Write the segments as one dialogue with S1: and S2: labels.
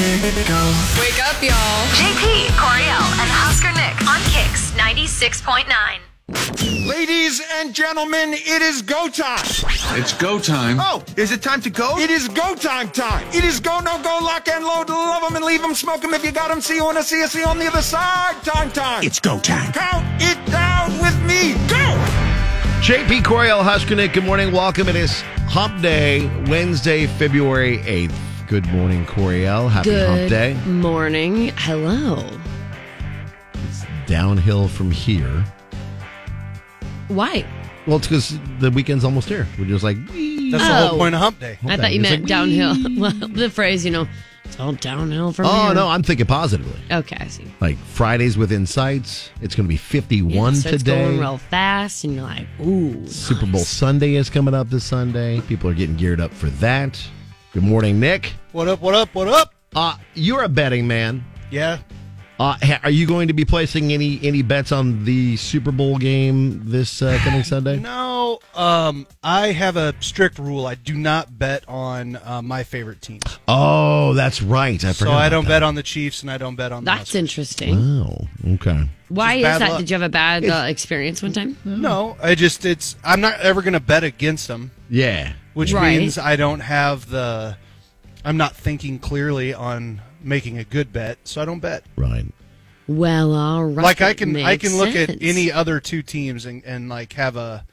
S1: go.
S2: Wake up, y'all.
S3: JP, Coriel, and Husker Nick on Kicks 96.9.
S4: Ladies and gentlemen, it is go time.
S1: It's go time.
S5: Oh, is it time to go?
S4: It is go time time. It is go, no go, lock and load, love them and leave them, smoke them if you got them, see you on the see you, see you on the other side. Time time. It's go time. Count it down with me. Go!
S6: JP Coriel Huskinick, good morning. Welcome. It is Hump Day, Wednesday, February 8th. Good morning, Coriel. Happy Hump
S7: Good
S6: Day.
S7: morning. Hello.
S6: Downhill from here.
S7: Why?
S6: Well, it's because the weekend's almost here. We're just like,
S5: That's the whole point of Hump Day.
S7: Oh, I thought you meant downhill. well, the phrase, you know, it's all downhill from
S6: oh,
S7: here.
S6: no, I'm thinking positively.
S7: Okay, I see.
S6: Like Fridays with Insights. It's going to be 51
S7: Yeah, so It's
S6: today.
S7: going real fast, and you're like, ooh.
S6: Super Bowl Sunday is coming up this Sunday. People are getting geared up for that. Good morning, Nick.
S5: What up, what up, what up?
S6: Uh, you're a betting man.
S5: Yeah.
S6: Uh, ha- are you going to be placing any any bets on the Super Bowl game this uh, coming Sunday?
S5: No, um, I have a strict rule. I do not bet on uh, my favorite team.
S6: Oh, that's right. I forgot.
S5: So I
S6: about
S5: don't
S6: that.
S5: bet on the Chiefs and I don't bet on the
S7: That's
S5: Huskers.
S7: interesting.
S6: Oh, okay.
S7: Why is
S5: just bad
S7: that?
S5: luck.
S7: Did you have a bad uh, experience one time?
S5: No, I just it's I'm not ever going to bet against them,
S6: Yeah.
S5: which
S7: Right.
S5: means I don't have the I'm not thinking clearly on making a good bet, so I don't bet.
S6: Right.
S7: Well, all right.
S5: like I can I
S7: Makes
S5: can look at
S7: sense.
S5: any other two teams and, and like have a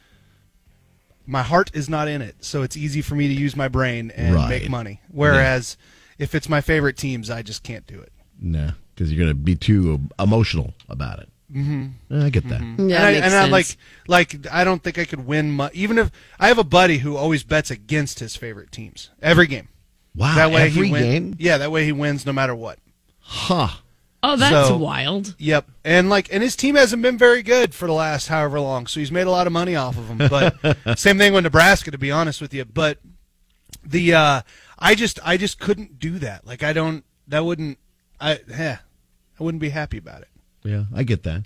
S5: my heart is not in it, so it's easy for me to use my brain and
S6: Right.
S5: make money. Whereas if it's my favorite teams, I just can't do it.
S6: No, because you're going to be too emotional about it. Mm-hmm. I get that.
S7: Yeah,
S5: and I,
S7: makes
S5: and I like
S7: sense.
S5: like I don't think I could win mu even if I have a buddy who always bets against his favorite teams every game.
S6: Wow.
S5: that way
S6: Uh, every
S5: he win-
S6: game?
S5: Yeah, that way he wins no matter what.
S6: Huh.
S7: Oh, that's
S5: so-
S7: wild.
S5: Yep, and like, and his team hasn't been very good for the last however long, so he's made a lot of money off of them. But same thing with Nebraska, to be honest with you. But the uh I just I just couldn't do that. Like I don't that wouldn't I yeah I wouldn't be happy about it.
S6: Yeah, I get that.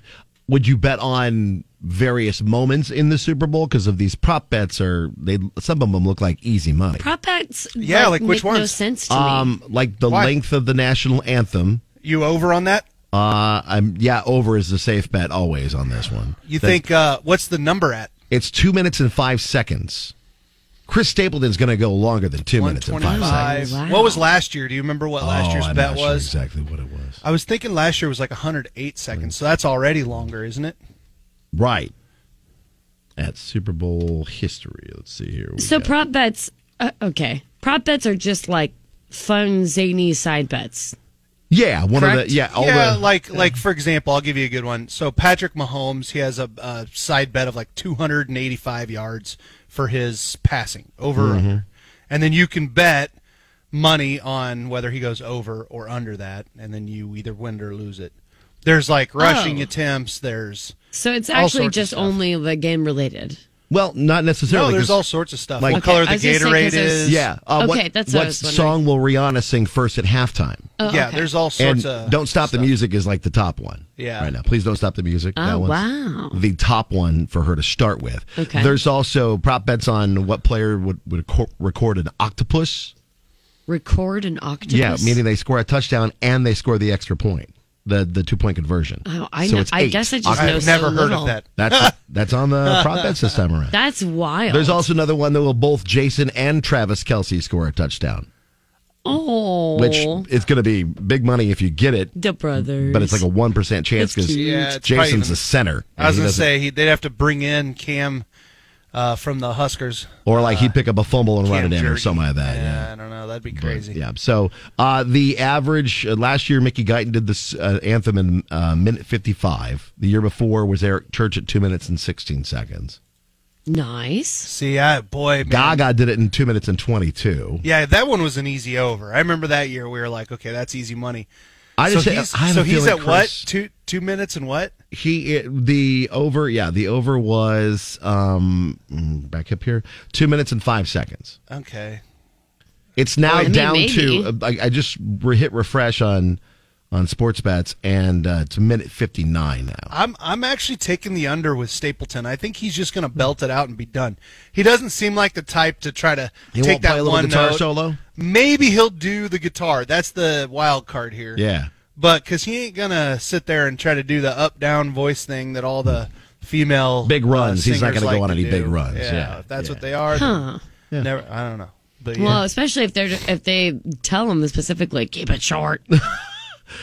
S6: Would you bet on various moments in the Super Bowl because of these prop bets? Are they some of them look like easy money?
S7: Prop bets
S5: Yeah, like, which
S7: make no
S5: ones?
S7: sense to me.
S6: Um, like the
S5: Why?
S6: length of the national anthem.
S5: You over on that?
S6: Uh, I'm yeah. Over is the safe bet always on this one.
S5: You
S6: That-
S5: think uh what's the number at?
S6: it's two minutes and five seconds? Chris Stapleton's going to go longer than two minutes and five
S5: 125.
S6: seconds.
S7: seconds.
S5: What was last year? Do you remember what last
S6: Oh,
S5: year's
S6: I'm
S5: bet
S6: not sure
S5: was?
S6: exactly what it was.
S5: I was thinking last year was like 108 seconds, so that's already longer, isn't it?
S6: Right. At Super Bowl history, let's see here. We
S7: So
S6: got-
S7: prop bets, uh, okay. Prop bets are just like fun, zany side bets.
S6: yeah, one of
S7: Correct?
S6: the yeah, all
S5: yeah,
S6: the
S5: like like for example, I'll give you a good one. So Patrick Mahomes, he has a, a side bet of like 285 yards for his passing over
S6: Mm-hmm.
S5: or under, and then you can bet money on whether he goes over or under that, and then you either win or lose it. There's like rushing
S7: Oh.
S5: attempts. There's
S7: So it's
S5: All
S7: actually
S5: sorts of
S7: just
S5: stuff.
S7: only the game related.
S6: well, not necessarily.
S5: no, there's
S6: 'cause-
S5: all sorts of stuff.
S6: like-
S5: what color
S7: Okay, I
S5: the
S7: was gonna say,
S5: Gatorade
S7: 'cause there's-
S5: is?
S6: yeah. Uh, what,
S7: Okay, that's what I
S6: what
S7: was wondering.
S6: song will Rihanna sing first at halftime?
S7: Oh,
S5: yeah.
S7: okay.
S5: There's all sorts
S6: and
S5: of
S6: don't stop the
S5: stuff.
S6: music is like the top one.
S5: Yeah.
S6: Right now, please don't stop the music.
S7: Oh,
S6: that one's
S7: wow.
S6: The top one for her to start with.
S7: Okay.
S6: There's also prop bets on what player would would record, record an octopus.
S7: record an octopus.
S6: Yeah, meaning they score a touchdown and they score the extra point, the the two point conversion.
S7: Oh, I
S6: so
S7: know-
S6: It's
S7: I
S6: eight.
S7: guess I just
S6: Octopus.
S7: know
S5: I've
S7: so
S5: never heard of
S7: little.
S5: that.
S6: That's that's on the prop bets this time around.
S7: that's wild.
S6: There's also another one that will both Jason and Travis Kelsey score a touchdown,
S7: oh,
S6: which it's going to be big money if you get it.
S7: the brothers.
S6: But it's like a one percent chance
S7: It's
S6: because
S7: cute.
S5: Yeah, it's probably
S6: Jason's
S5: even-
S6: the
S5: I
S6: center. and
S5: was
S6: he
S5: gonna
S6: doesn't-
S5: say he, they'd have to bring in Cam uh, from the Huskers.
S6: or like he'd pick up a fumble and run
S5: Cam
S6: it in or
S5: Jordan.
S6: something like that. Yeah.
S5: Yeah, I don't know. That'd be crazy.
S6: Yeah. So uh, the average uh, last year, Mickey Guyton did this uh, anthem in uh, minute fifty-five. The year before was Eric Church at two minutes and sixteen seconds.
S7: nice.
S5: See, I boy, man.
S6: Gaga did it in two minutes and twenty-two.
S5: Yeah, that one was an easy over. I remember that year we were like, okay, that's easy money.
S6: I just
S5: so
S6: I
S5: he's,
S6: have
S5: so
S6: a
S5: he's
S6: feeling
S5: at what
S6: Chris-
S5: two two minutes and what?
S6: He it, the over yeah the over was um mm, back up here two minutes and five seconds.
S5: Okay,
S6: It's now
S7: I mean,
S6: down uh,
S7: maybe.
S6: to I, I just re- hit refresh on on sports bets, and uh, it's a minute 59 now.
S7: Uh.
S5: I'm I'm actually taking the under with Stapleton. I think he's just going to belt it out and be done. He doesn't seem like the type to try to
S6: He
S5: take
S6: won't
S5: that
S6: play a little
S5: one
S6: guitar
S5: note.
S6: solo?
S5: Maybe he'll do the guitar. That's the wild card here.
S6: Yeah.
S5: but because he ain't going to sit there and try to do the up down voice thing that all the female
S6: Big
S5: uh,
S6: runs. He's not
S5: singers
S6: gonna go
S5: like
S6: on
S5: to
S6: any big
S5: do.
S6: runs.
S5: Yeah,
S6: Yeah.
S5: if that's
S6: Yeah.
S5: what they are. then Never. I don't know. But yeah.
S7: Well, especially if they're if they tell them specifically, keep it short.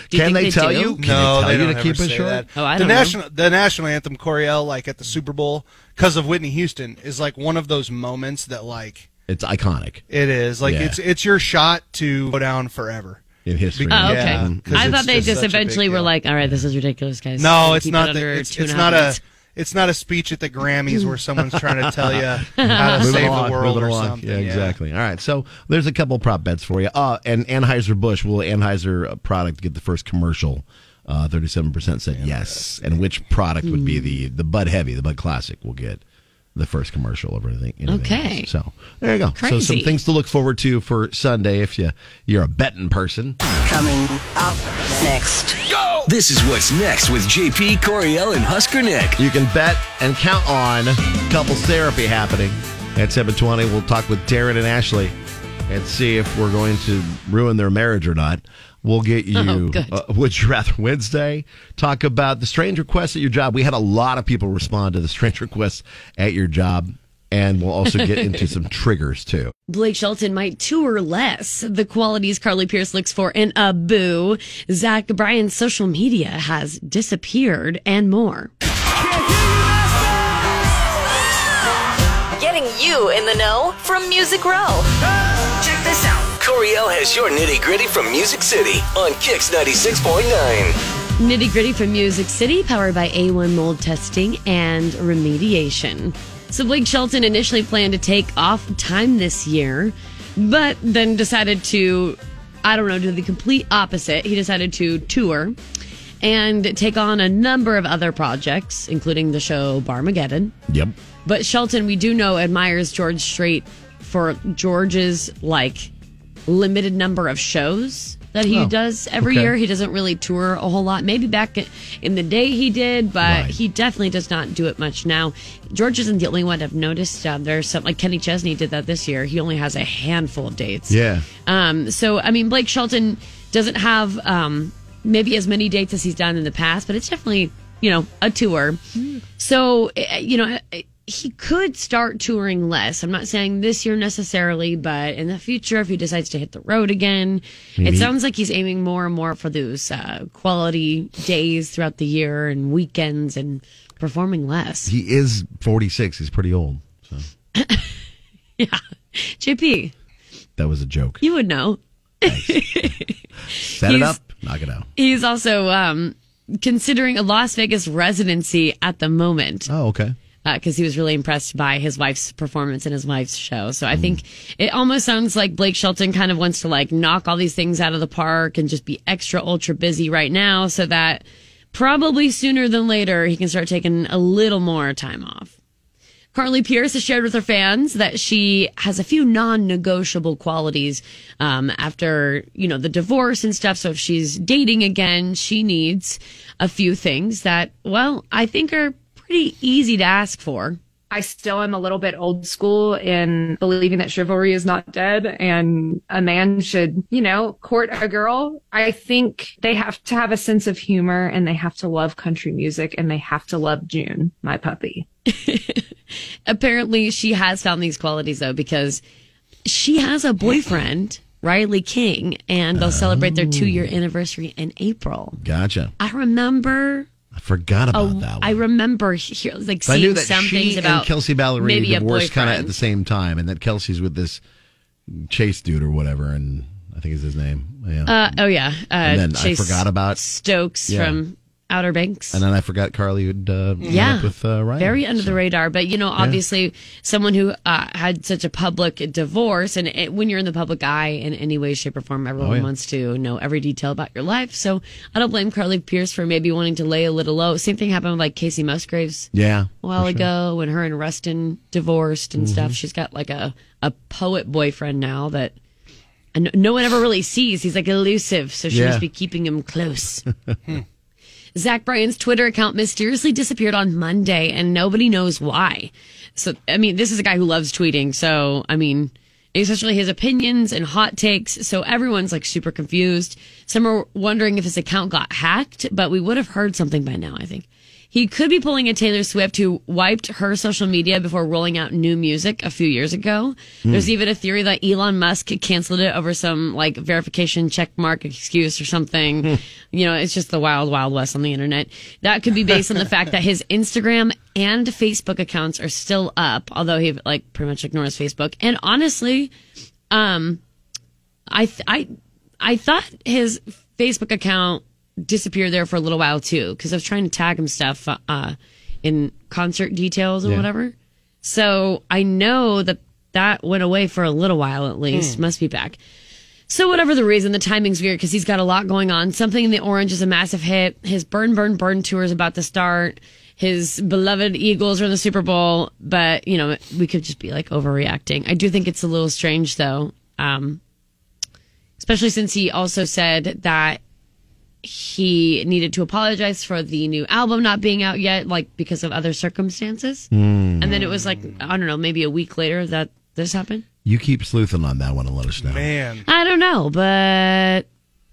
S7: Do you
S6: Can
S7: think
S6: they, tell
S7: do?
S6: you? Can
S5: no,
S6: they
S5: they,
S6: tell
S5: don't
S6: you to keep
S5: ever
S6: it
S5: say
S6: short?
S5: That.
S7: Oh, I
S5: the
S7: don't know.
S5: national the national anthem Coriel like at the Super Bowl because of Whitney Houston is like one of those moments that like
S6: It's iconic
S5: it is like
S6: Yeah.
S5: it's it's your shot to go down forever.
S6: in history.
S7: Oh, okay.
S5: Yeah, 'cause
S7: I
S5: it's
S7: thought they
S5: just
S7: just,
S5: such a big
S7: eventually were
S5: deal.
S7: like, "All right, this is ridiculous, guys."
S5: No,
S7: We'll
S5: it's
S7: keep
S5: not.
S7: It
S5: the,
S7: under
S5: it's
S7: two and
S5: it's
S7: a half
S5: not a
S7: minutes.
S5: it's not a speech at the Grammys where someone's trying to tell you how to
S6: Move it
S5: save
S6: along,
S5: the
S6: move
S5: world
S6: it
S5: or
S6: along.
S5: something.
S6: Yeah, exactly. All right, so there's a couple prop bets for you. Uh, and Anheuser Busch will Anheuser uh, product get the first commercial? uh, Thirty-seven percent said yes. And which product would
S5: Hmm.
S6: be the the Bud Heavy, the Bud Classic, will get the first commercial of anything. anything
S7: Okay.
S6: else. So there you go. So some
S7: Crazy.
S6: things to look forward to for Sunday if you you're a betting person.
S1: Coming up next.
S2: This is what's next with JP Coriel and Husker Nick.
S6: You can bet and count on couples therapy happening at 720. We'll talk with Darren and Ashley and see if we're going to ruin their marriage or not. We'll get you
S7: Oh, good.
S6: uh, Would You Rather Wednesday. Talk about the strange requests at your job. We had a lot of people respond to the strange requests at your job. And we'll also get into some triggers too.
S7: Blake Shelton might tour less. The qualities Carly Pierce looks for in a boo. Zach Bryan's social media has disappeared and more.
S3: Getting you in the know from Music Row. Check this out.
S2: Coriel has your nitty gritty from Music City on Kix 96.9.
S7: Nitty gritty from Music City, powered by A1 mold testing and remediation. So Blake Shelton initially planned to take off time this year, but then decided to, I don't know, do the complete opposite. He decided to tour and take on a number of other projects, including the show Barmageddon.
S6: Yep.
S7: But Shelton, we do know, admires George Strait for George's like limited number of shows that he
S6: Oh,
S7: does every
S6: okay.
S7: year. He doesn't really tour a whole lot. Maybe back i- in the day he did, but
S6: Right.
S7: he definitely does not do it much now. George isn't the only one I've noticed. Um, there's some like Kenny Chesney did that this year. He only has a handful of dates.
S6: Yeah.
S7: Um, so, I mean, Blake Shelton doesn't have um, maybe as many dates as he's done in the past, but it's definitely, you know, a tour. So, eh, you know, eh, he could start touring less. I'm not saying this year necessarily, but in the future, if he decides to hit the road again, it sounds like he's aiming more and more for those uh, quality days throughout the year and weekends and performing less.
S6: He is 46. He's pretty old. So
S7: JP,
S6: that was a joke.
S7: you would know.
S6: Set it
S7: he's-
S6: up, knock it out.
S7: He's also um, considering a Las Vegas residency at the moment
S6: Oh, okay.
S7: because Uh, he was really impressed by his wife's performance in his wife's show. So I think it almost sounds like Blake Shelton kind of wants to like knock all these things out of the park and just be extra ultra busy right now so that probably sooner than later he can start taking a little more time off. Carly Pierce has shared with her fans that she has a few non-negotiable qualities um, after you know the divorce and stuff. So if she's dating again, she needs a few things that, well, I think are pretty easy to ask for.
S8: I still am a little bit old school in believing that chivalry is not dead and a man should, you know, court a girl. I think they have to have a sense of humor and they have to love country music and they have to love June, my puppy.
S7: Apparently, she has found these qualities though because she has a boyfriend, Riley King, and they'll celebrate
S6: Oh.
S7: their two-year anniversary in April.
S6: Gotcha.
S7: I remember
S6: I forgot about that one.
S7: Oh, I remember he- like
S6: But
S7: seeing
S6: I knew that
S7: some
S6: she
S7: things about
S6: and Kelsey Ballerini
S7: maybe a
S6: divorced kind of
S7: boyfriend.
S6: at the same time, and that Kelsey's with this Chase dude or whatever, and I think is his name. Yeah.
S7: Uh, oh yeah, uh,
S6: and then
S7: Chase
S6: I forgot about,
S7: Stokes
S6: Yeah.
S7: from Outer Banks.
S6: and then I forgot Carly would uh, yeah.
S7: yeah,
S6: up with uh, Ryan.
S7: very under the radar. But you know, obviously, someone who uh, had such a public divorce, and it, when you're in the public eye in any way, shape, or form, everyone
S6: yeah.
S7: wants to know every detail about your life. So I don't blame Carly Pierce for maybe wanting to lay a little low. Same thing happened with like Casey Musgraves.
S6: yeah.
S7: a while ago when her and Rustin divorced and stuff. She's got like a, a poet boyfriend now that And no one ever really sees. He's like elusive, so she
S6: Yeah.
S7: must be keeping him close. Zach Bryan's Twitter account mysteriously disappeared on Monday, and nobody knows why. So, I mean, this is a guy who loves tweeting. So, I mean, especially his opinions and hot takes. So everyone's like super confused. Some are wondering if his account got hacked, but we would have heard something by now, I think. He could be pulling a Taylor Swift who wiped her social media before rolling out new music a few years ago. There's even a theory that Elon Musk canceled it over some like verification check mark excuse or something. you know, it's just the wild, wild west on the internet. That could be based on the fact that his Instagram and Facebook accounts are still up, although he like pretty much ignores Facebook. And honestly, um, I th- I I thought his Facebook account disappeared there for a little while too because I was trying to tag him stuff uh, in concert details or
S6: Yeah.
S7: whatever. So I know that that went away for a little while at least. Must be back. So whatever the reason, the timing's weird because he's got a lot going on. Something in the Orange is a massive hit. His Burn Burn Burn tour is about to start. His beloved Eagles are in the Super Bowl, but you know we could just be like overreacting. I do think it's a little strange though. Um, especially since he also said that he needed to apologize for the new album not being out yet, like because of other circumstances. And then it was like, I don't know, maybe a week later that this happened.
S6: You keep sleuthing on that one and let us know.
S5: Man,
S7: I don't know, but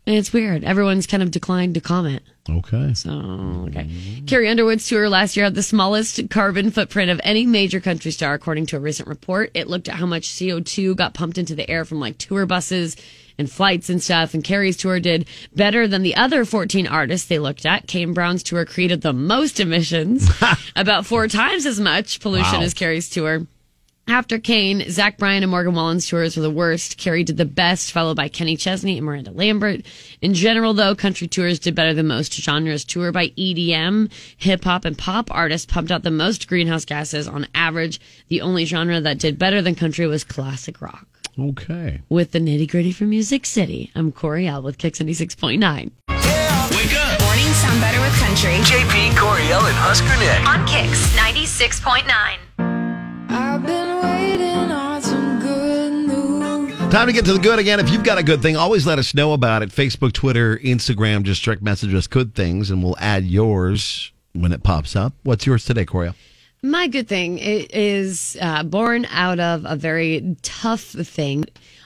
S7: it's weird. Everyone's kind of declined to comment.
S6: Okay.
S7: So, Oh, okay. Carrie Underwood's tour last year had the smallest carbon footprint of any major country star, according to a recent report. It looked at how much CO2 got pumped into the air from like tour buses and flights and stuff. And Carrie's tour did better than the other 14 artists they looked at. Kane Brown's tour created the most emissions, about four times as much pollution
S6: Wow.
S7: as Carrie's tour. After Kane, Zach Bryan and Morgan Wallen's tours were the worst. Carrie did the best, followed by Kenny Chesney and Miranda Lambert. In general, though, country tours did better than most. Genres tour by E EDM, hip hop, and pop artists pumped out the most greenhouse gases on average. The only genre that did better than country was classic rock.
S6: Okay.
S7: With the nitty gritty from Music City, I'm Corey L with Kix 96.9.
S2: Wake up.
S3: Mornings sound better with country.
S2: JP Coriel and Husker Nick.
S3: On Kicks 96.9.
S6: Time to get to the good again. If you've got a good thing, always let us know about it. Facebook, Twitter, Instagram, just direct message us good things and we'll add yours when it pops up. What's yours today, Coria?
S7: My good thing i- is uh, born out of a very tough thing.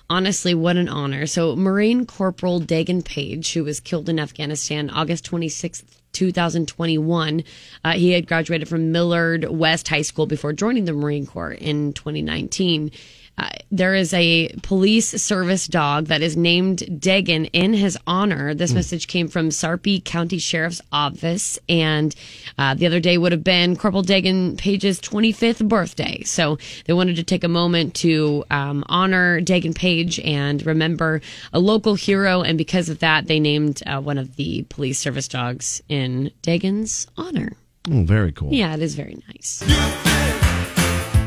S7: Honestly, what an honor. So, Marine Corporal Dagan Page, who was killed in Afghanistan August 26th, 2021, uh, he had graduated from Millard West High School before joining the Marine Corps in 2019. Uh, there is a police service dog that is named Dagan in his honor. This message came from Sarpy County Sheriff's Office, and uh, the other day would have been Corporal Dagan Page's 25th birthday. So they wanted to take a moment to um, honor Dagan Page and remember a local hero. And because of that, they named uh, one of the police service dogs in Dagan's honor.
S6: Oh, very cool.
S7: Yeah, it is very nice.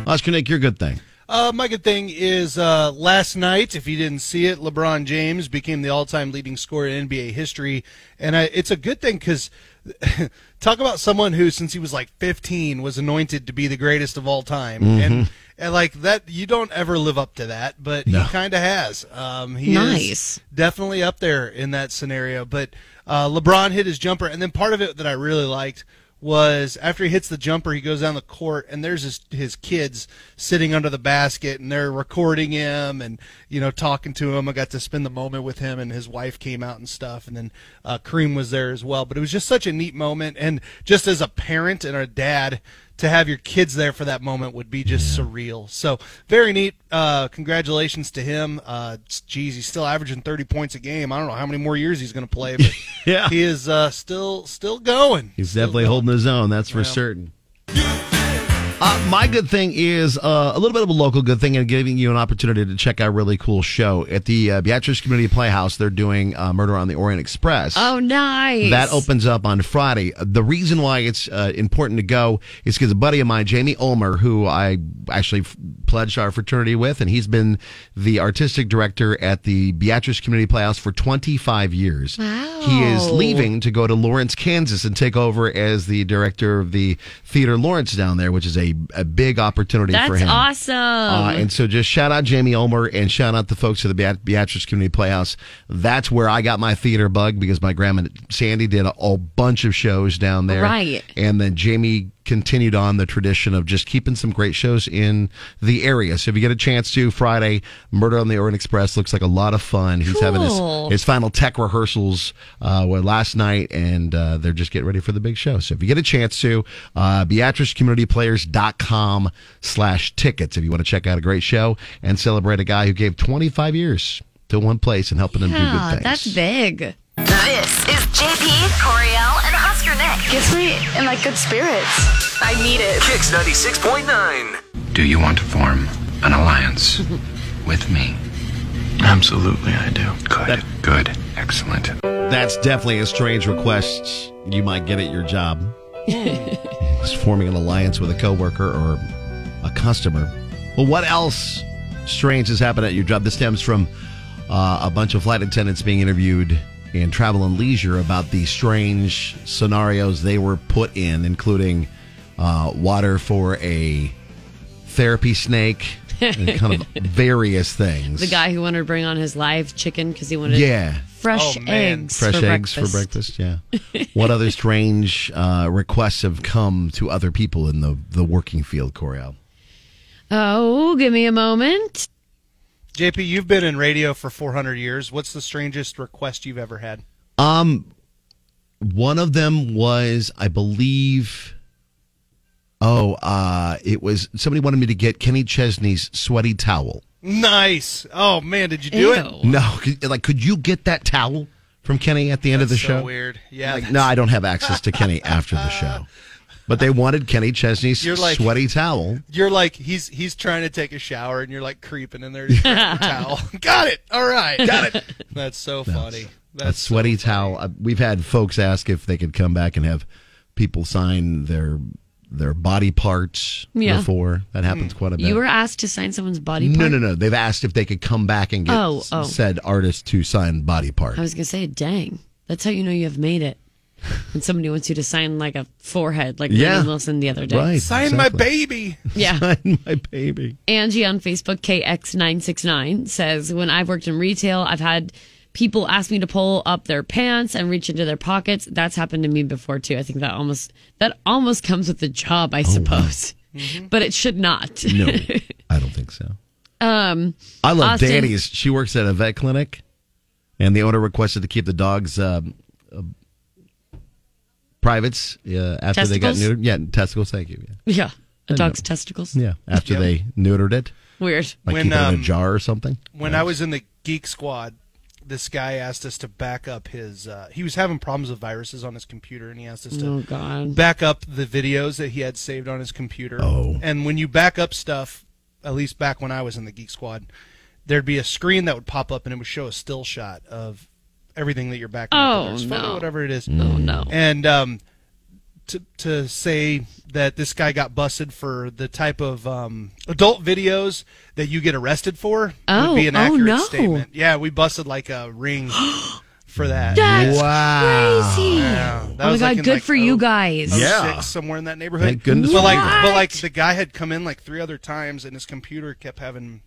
S6: Oscar Nick, your good thing.
S5: uh, my good thing is uh, last night, if you didn't see it, LeBron James became the all-time leading scorer in NBA history, and I, it's a good thing because talk about someone who, since he was like 15, was anointed to be the greatest of all time, and, and like that, you don't ever live up to that, but
S6: No.
S5: he kind of has. Um, he
S7: Nice.
S5: is definitely up there in that scenario. But uh, LeBron hit his jumper, and then part of it that I really liked was after he hits the jumper, he goes down the court, and there's his his kids sitting under the basket, and they're recording him and you know talking to him. I got to spend the moment with him, and his wife came out and stuff, and then uh, Kareem was there as well. But it was just such a neat moment, and just as a parent and a dad. To have your kids there for that moment would be just surreal. So very neat. Uh, congratulations to him. Uh, geez, he's still averaging 30 points a game. I don't know how many more years he's going to play, but
S6: Yeah.
S5: he is uh, still still going.
S6: He's definitely holding his own, that's for certain. Uh, my good thing is uh, a little bit of a local good thing and giving you an opportunity to check out a really cool show. At the uh, Beatrice Community Playhouse, they're doing uh, Murder on the Orient Express.
S7: Oh, nice.
S6: That opens up on Friday. The reason why it's uh, important to go is because a buddy of mine, Jamie Ulmer, who I actually f- pledged our fraternity with, and he's been the artistic director at the Beatrice Community Playhouse for 25 years.
S7: Wow.
S6: He is leaving to go to Lawrence, Kansas, and take over as the director of the Theater Lawrence down there, which is a a, a big opportunity for
S7: That's
S6: him.
S7: awesome.
S6: Uh, and so just shout out Jamie Ulmer and shout out the folks at the Beat- Beatrice Community Playhouse. That's where I got my theater bug because my grandma Sandy did a, a bunch of shows down there.
S7: Right.
S6: And then Jamie continued on the tradition of just keeping some great shows in the area. So if you get a chance to, Friday, Murder on the Orient Express looks like a lot of fun. He's having
S7: Cool.
S6: his, his final tech rehearsals uh, were last night, and uh, they're just getting ready for the big show. So if you get a chance to, uh, BeatriceCommunityPlayers.com slash tickets if you want to check out a great show and celebrate a guy who gave 25 years to one place and helping them do good
S7: yeah,
S6: things.
S7: that's big.
S3: This is JP, Coriel, and Husker Nick.
S9: Gets me in like good spirits. I need it.
S2: Kicks 96.9.
S10: Do you want to form an alliance with me? Absolutely, I do. Good. Good. Excellent.
S6: That's definitely a strange request you might get at your job. It's forming an alliance with a coworker or a customer. Well, what else strange has happened at your job? This stems from uh, a bunch of flight attendants being interviewed in Travel and Leisure about the strange scenarios they were put in, including uh, water for a therapy snake and kind of various things.
S7: The guy who wanted to bring on his live chicken because he wanted
S6: Yeah.
S7: fresh
S5: Oh, man.
S7: eggs,
S6: fresh
S7: for
S6: eggs
S7: breakfast.
S6: for breakfast. Yeah. what other strange uh, requests have come to other people in the the working field, Coriel?
S7: Oh, give me a moment.
S5: JP, you've been in radio for 400 years. What's the strangest request you've ever had?
S6: Um, one of them was, I believe. Oh, uh, it was somebody wanted me to get Kenny Chesney's sweaty towel.
S5: Nice. Oh man, did you do it?
S7: Ew.
S6: No, could- like could you get that towel from Kenny at the end of the
S5: so
S6: show?
S5: weird. Yeah.
S6: Like, no, I don't have access to Kenny after the show. But they wanted Kenny Chesney's
S5: You're like-
S6: sweaty towel.
S5: You're like he's he's trying to take a shower and you're like creeping in there to grab the towel. Got it. All right. Got it. That's so funny.
S6: That
S5: That's
S6: sweaty towel. Uh, We've had folks ask if they could come back and have people sign their their body parts
S7: Yeah.
S6: before. That happens
S5: Hmm.
S6: quite a bit.
S7: You were asked to sign someone's body part.
S6: no, no, no. They've asked if they could come back and get
S7: Oh,
S6: s-
S7: oh.
S6: said artist to sign body part.
S7: I was gonna say, dang, that's how you know you have made it. And somebody wants you to sign like a forehead, like
S6: Yeah.
S7: Raymond Wilson the other day.
S6: Right.
S5: Sign my
S6: exactly.
S5: baby.
S7: Yeah.
S6: Sign my baby.
S7: Angie on Facebook, KX969, says, When I've worked in retail, I've had people ask me to pull up their pants and reach into their pockets. That's happened to me before too. I think that almost that almost comes with the job,
S5: Oh,
S7: I suppose. But it should not.
S6: No, I don't think so.
S7: um
S6: I love
S7: Austin-
S6: Danny's. She works at a vet clinic, and the owner requested to keep the dogs. Um, uh, Privates uh, after they got
S7: Testicles?
S6: neutered. Yeah, testicles. Thank you. Yeah.
S7: yeah. A dog's testicles.
S6: Yeah, after they neutered it,
S7: Weird.
S6: like
S5: When,
S6: keep it in
S5: um,
S6: a jar or something.
S5: When I was in the Geek Squad, this guy asked us to back up his. Uh, he was having problems with viruses on his computer, and he asked us to
S7: Oh god.
S5: back up the videos that he had saved on his computer.
S6: Oh.
S5: And when you back up stuff, at least back when I was in the Geek Squad, there'd be a screen that would pop up and it would show a still shot of everything that you're backing up.
S7: Oh,
S5: whether it's photo,
S7: no.
S5: whatever it is.
S7: Oh no.
S5: And um, to to say that this guy got busted for the type of um, adult videos that you get arrested for
S7: Oh,
S5: would be an
S7: oh,
S5: accurate
S7: no.
S5: statement. Yeah, we busted like a ring for that.
S7: That's
S6: Wow.
S7: crazy.
S5: Yeah, that
S7: Oh my
S5: was,
S7: god,
S5: like, in,
S7: good
S5: like,
S7: for you
S5: oh-
S7: guys.
S6: Yeah.
S5: six somewhere in that neighborhood.
S6: Thank goodness
S5: But
S6: for
S5: like,
S6: that.
S5: but like the guy had come in like three other times, and his computer kept having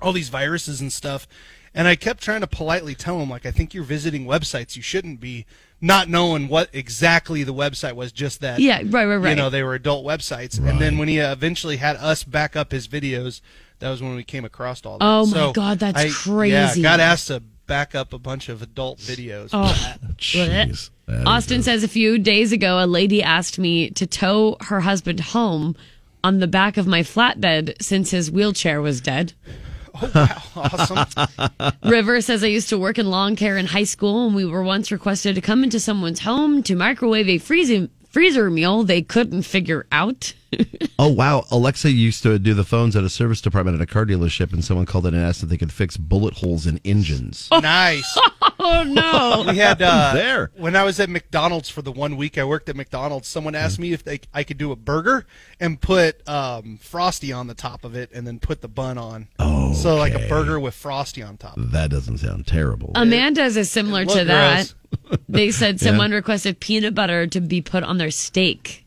S5: all these viruses and stuff. And I kept trying to politely tell him, like, I think you're visiting websites you shouldn't be, not knowing what exactly the website was. Just that,
S7: Yeah, right, right,
S5: You
S7: right.
S5: know, they were adult websites. And then when he uh, eventually had us back up his videos, that was when we came across all. That.
S7: Oh my
S5: So
S7: God, that's
S5: I-
S7: crazy.
S5: Yeah, got asked to back up a bunch of adult videos.
S7: Oh,
S6: Jeez. That is
S7: Austin
S6: a-
S7: says a few days ago, a lady asked me to tow her husband home on the back of my flatbed since his wheelchair was dead.
S5: Awesome.
S7: River says I used to work in lawn care in high school, and we were once requested to come into someone's home to microwave a freezing freezer meal they couldn't figure out.
S6: "Oh wow, Alexa used to do the phones at a service department at a car dealership, and someone called in and asked if they could fix bullet holes in engines."
S5: nice.
S7: Oh no!
S5: We had uh,
S6: there?
S5: when I was at McDonald's for the one week I worked at McDonald's. Someone asked me if they I could do a burger and put um, frosty on the top of it, and then put the bun on. Oh, so like a burger with frosty on top.
S6: That doesn't sound terrible.
S7: Amanda's is similar
S5: It
S7: to
S5: looked
S7: that.
S5: gross.
S7: They said someone requested peanut butter to be put on their steak.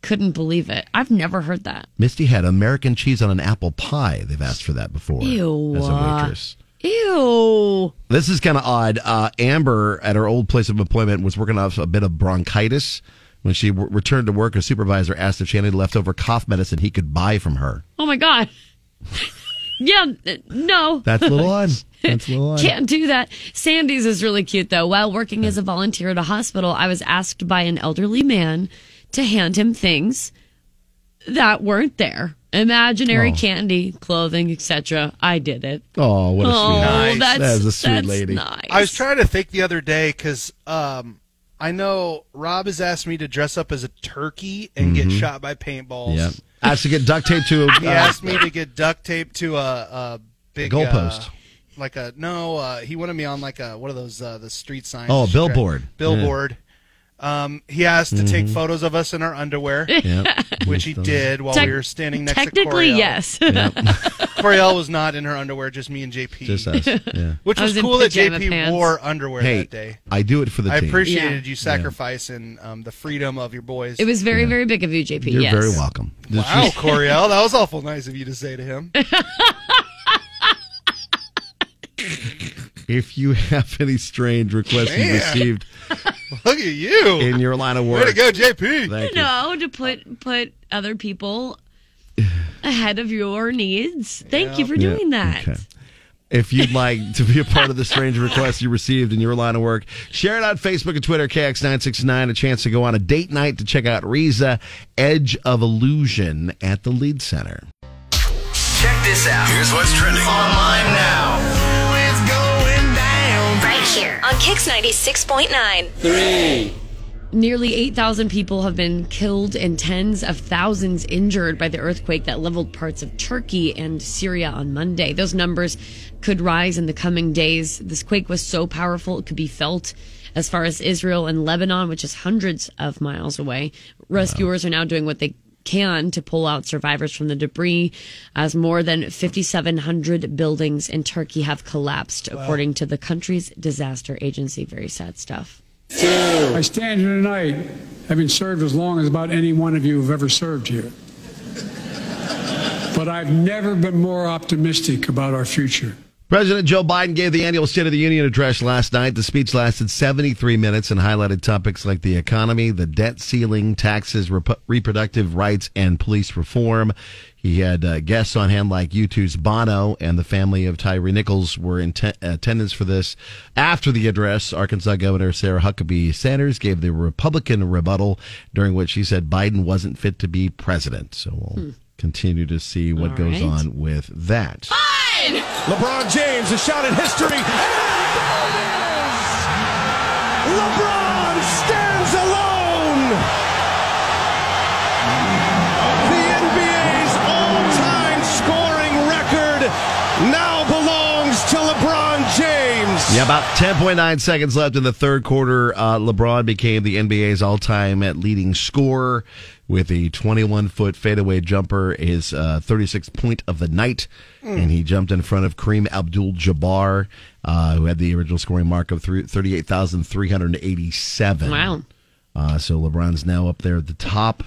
S7: couldn't believe it. I've never heard that.
S6: Misty had American cheese on an apple pie. They've asked for that before
S7: Ew.
S6: as a
S5: Uh,
S6: waitress.
S7: Ew.
S6: This is kind of odd. Uh, Amber, at her old place of employment, was working off a bit of bronchitis. When she w- returned to work, her supervisor asked if she had any leftover cough medicine he could buy from her.
S7: Oh my god. yeah. uh, No.
S6: That's a little odd. That's a little odd.
S7: Can't do that. Sandy's is really cute though. While working as a volunteer at a hospital, I was asked by an elderly man to hand him things that weren't there. Imaginary
S6: Oh.
S7: candy, clothing, etc. I did it.
S6: Oh, what a
S7: Oh,
S6: sweetheart.
S5: Nice.
S7: that's
S6: That is a sweet
S7: that's
S6: lady.
S7: Nice.
S5: I was trying to think the other day because um, I know Rob has asked me to dress up as a turkey and get shot by paintballs.
S6: Yeah. I have to get duct taped to
S5: He
S6: uh,
S5: asked me to get duct taped to a, a big
S6: A goalpost.
S5: uh, like a no, uh, he wanted me on like a one of those uh, the street signs.
S6: Oh, a billboard. Mm-hmm.
S5: Billboard. Um, he asked to take photos of us in our underwear,
S6: yeah.
S5: which he did while
S7: Tec-
S5: we were standing next to
S7: Technically,
S5: Coriel.
S7: yes.
S5: Coriel was not in her underwear, just me and JP.
S6: Just us. Yeah.
S5: Which
S7: I
S5: was,
S7: was in
S5: cool that
S7: pajama
S5: JP
S7: pants.
S5: wore underwear
S6: Hey,
S5: that day.
S6: I do it for the
S5: I
S6: team.
S5: appreciated
S7: Yeah.
S5: you sacrificing um, the freedom of your boys.
S7: It was very, very big of you, JP.
S6: You're
S7: yes.
S6: very welcome. This
S5: wow,
S6: is-
S5: Coriel, that was awful nice of you to say to him.
S6: if you have any strange requests you
S5: Man.
S6: received
S5: Look at you.
S6: in your line of
S5: Way
S6: work,
S5: to go, JP.
S6: thank you.
S7: No, to put put other people ahead of your needs. Thank you for
S6: Yeah,
S7: doing that.
S6: okay. If you'd like to be a part of the strange request you received in your line of work, share it on Facebook and Twitter, KX969, a chance to go on a date night to check out Riza, Edge of Illusion at the Lead Center.
S2: Check this out. Here's what's trending online now. It's going down.
S3: Right here on Kix 96.9.
S7: Nearly 8,000 people have been killed and tens of thousands injured by the earthquake that leveled parts of Turkey and Syria on Monday. Those numbers could rise in the coming days. This quake was so powerful it could be felt as far as Israel and Lebanon, which is hundreds of miles away. Rescuers are now doing what they can to pull out survivors from the debris as more than 5,700 buildings in Turkey have collapsed, according to the country's disaster agency. Very sad stuff.
S11: I stand here tonight having served as long as about any one of you have ever served here. But I've never been more optimistic about our future.
S6: President Joe Biden gave the annual State of the Union address last night. The speech lasted 73 minutes and highlighted topics like the economy, the debt ceiling, taxes, rep- reproductive rights, and police reform. He had uh, guests on hand like U2's Bono and the family of Tyree Nichols were in te- attendance for this. After the address, Arkansas Governor Sarah Huckabee Sanders gave the Republican rebuttal, during which she said Biden wasn't fit to be president. So we'll continue to see what
S7: Hmm. All
S6: goes
S7: right.
S6: on with that.
S4: LeBron James, a shot in history. LeBron stands alone. The NBA's all-time scoring record now belongs to LeBron James.
S6: Yeah, about 10.9 seconds left in the third quarter. Uh, LeBron became the NBA's all time leading scorer with a 21 foot fadeaway jumper, his uh, 36th point of the night. And he jumped in front of Kareem Abdul Jabbar, uh, who had the original scoring mark of thr- 38,387.
S7: Wow.
S6: Uh, so LeBron's now up there at the top.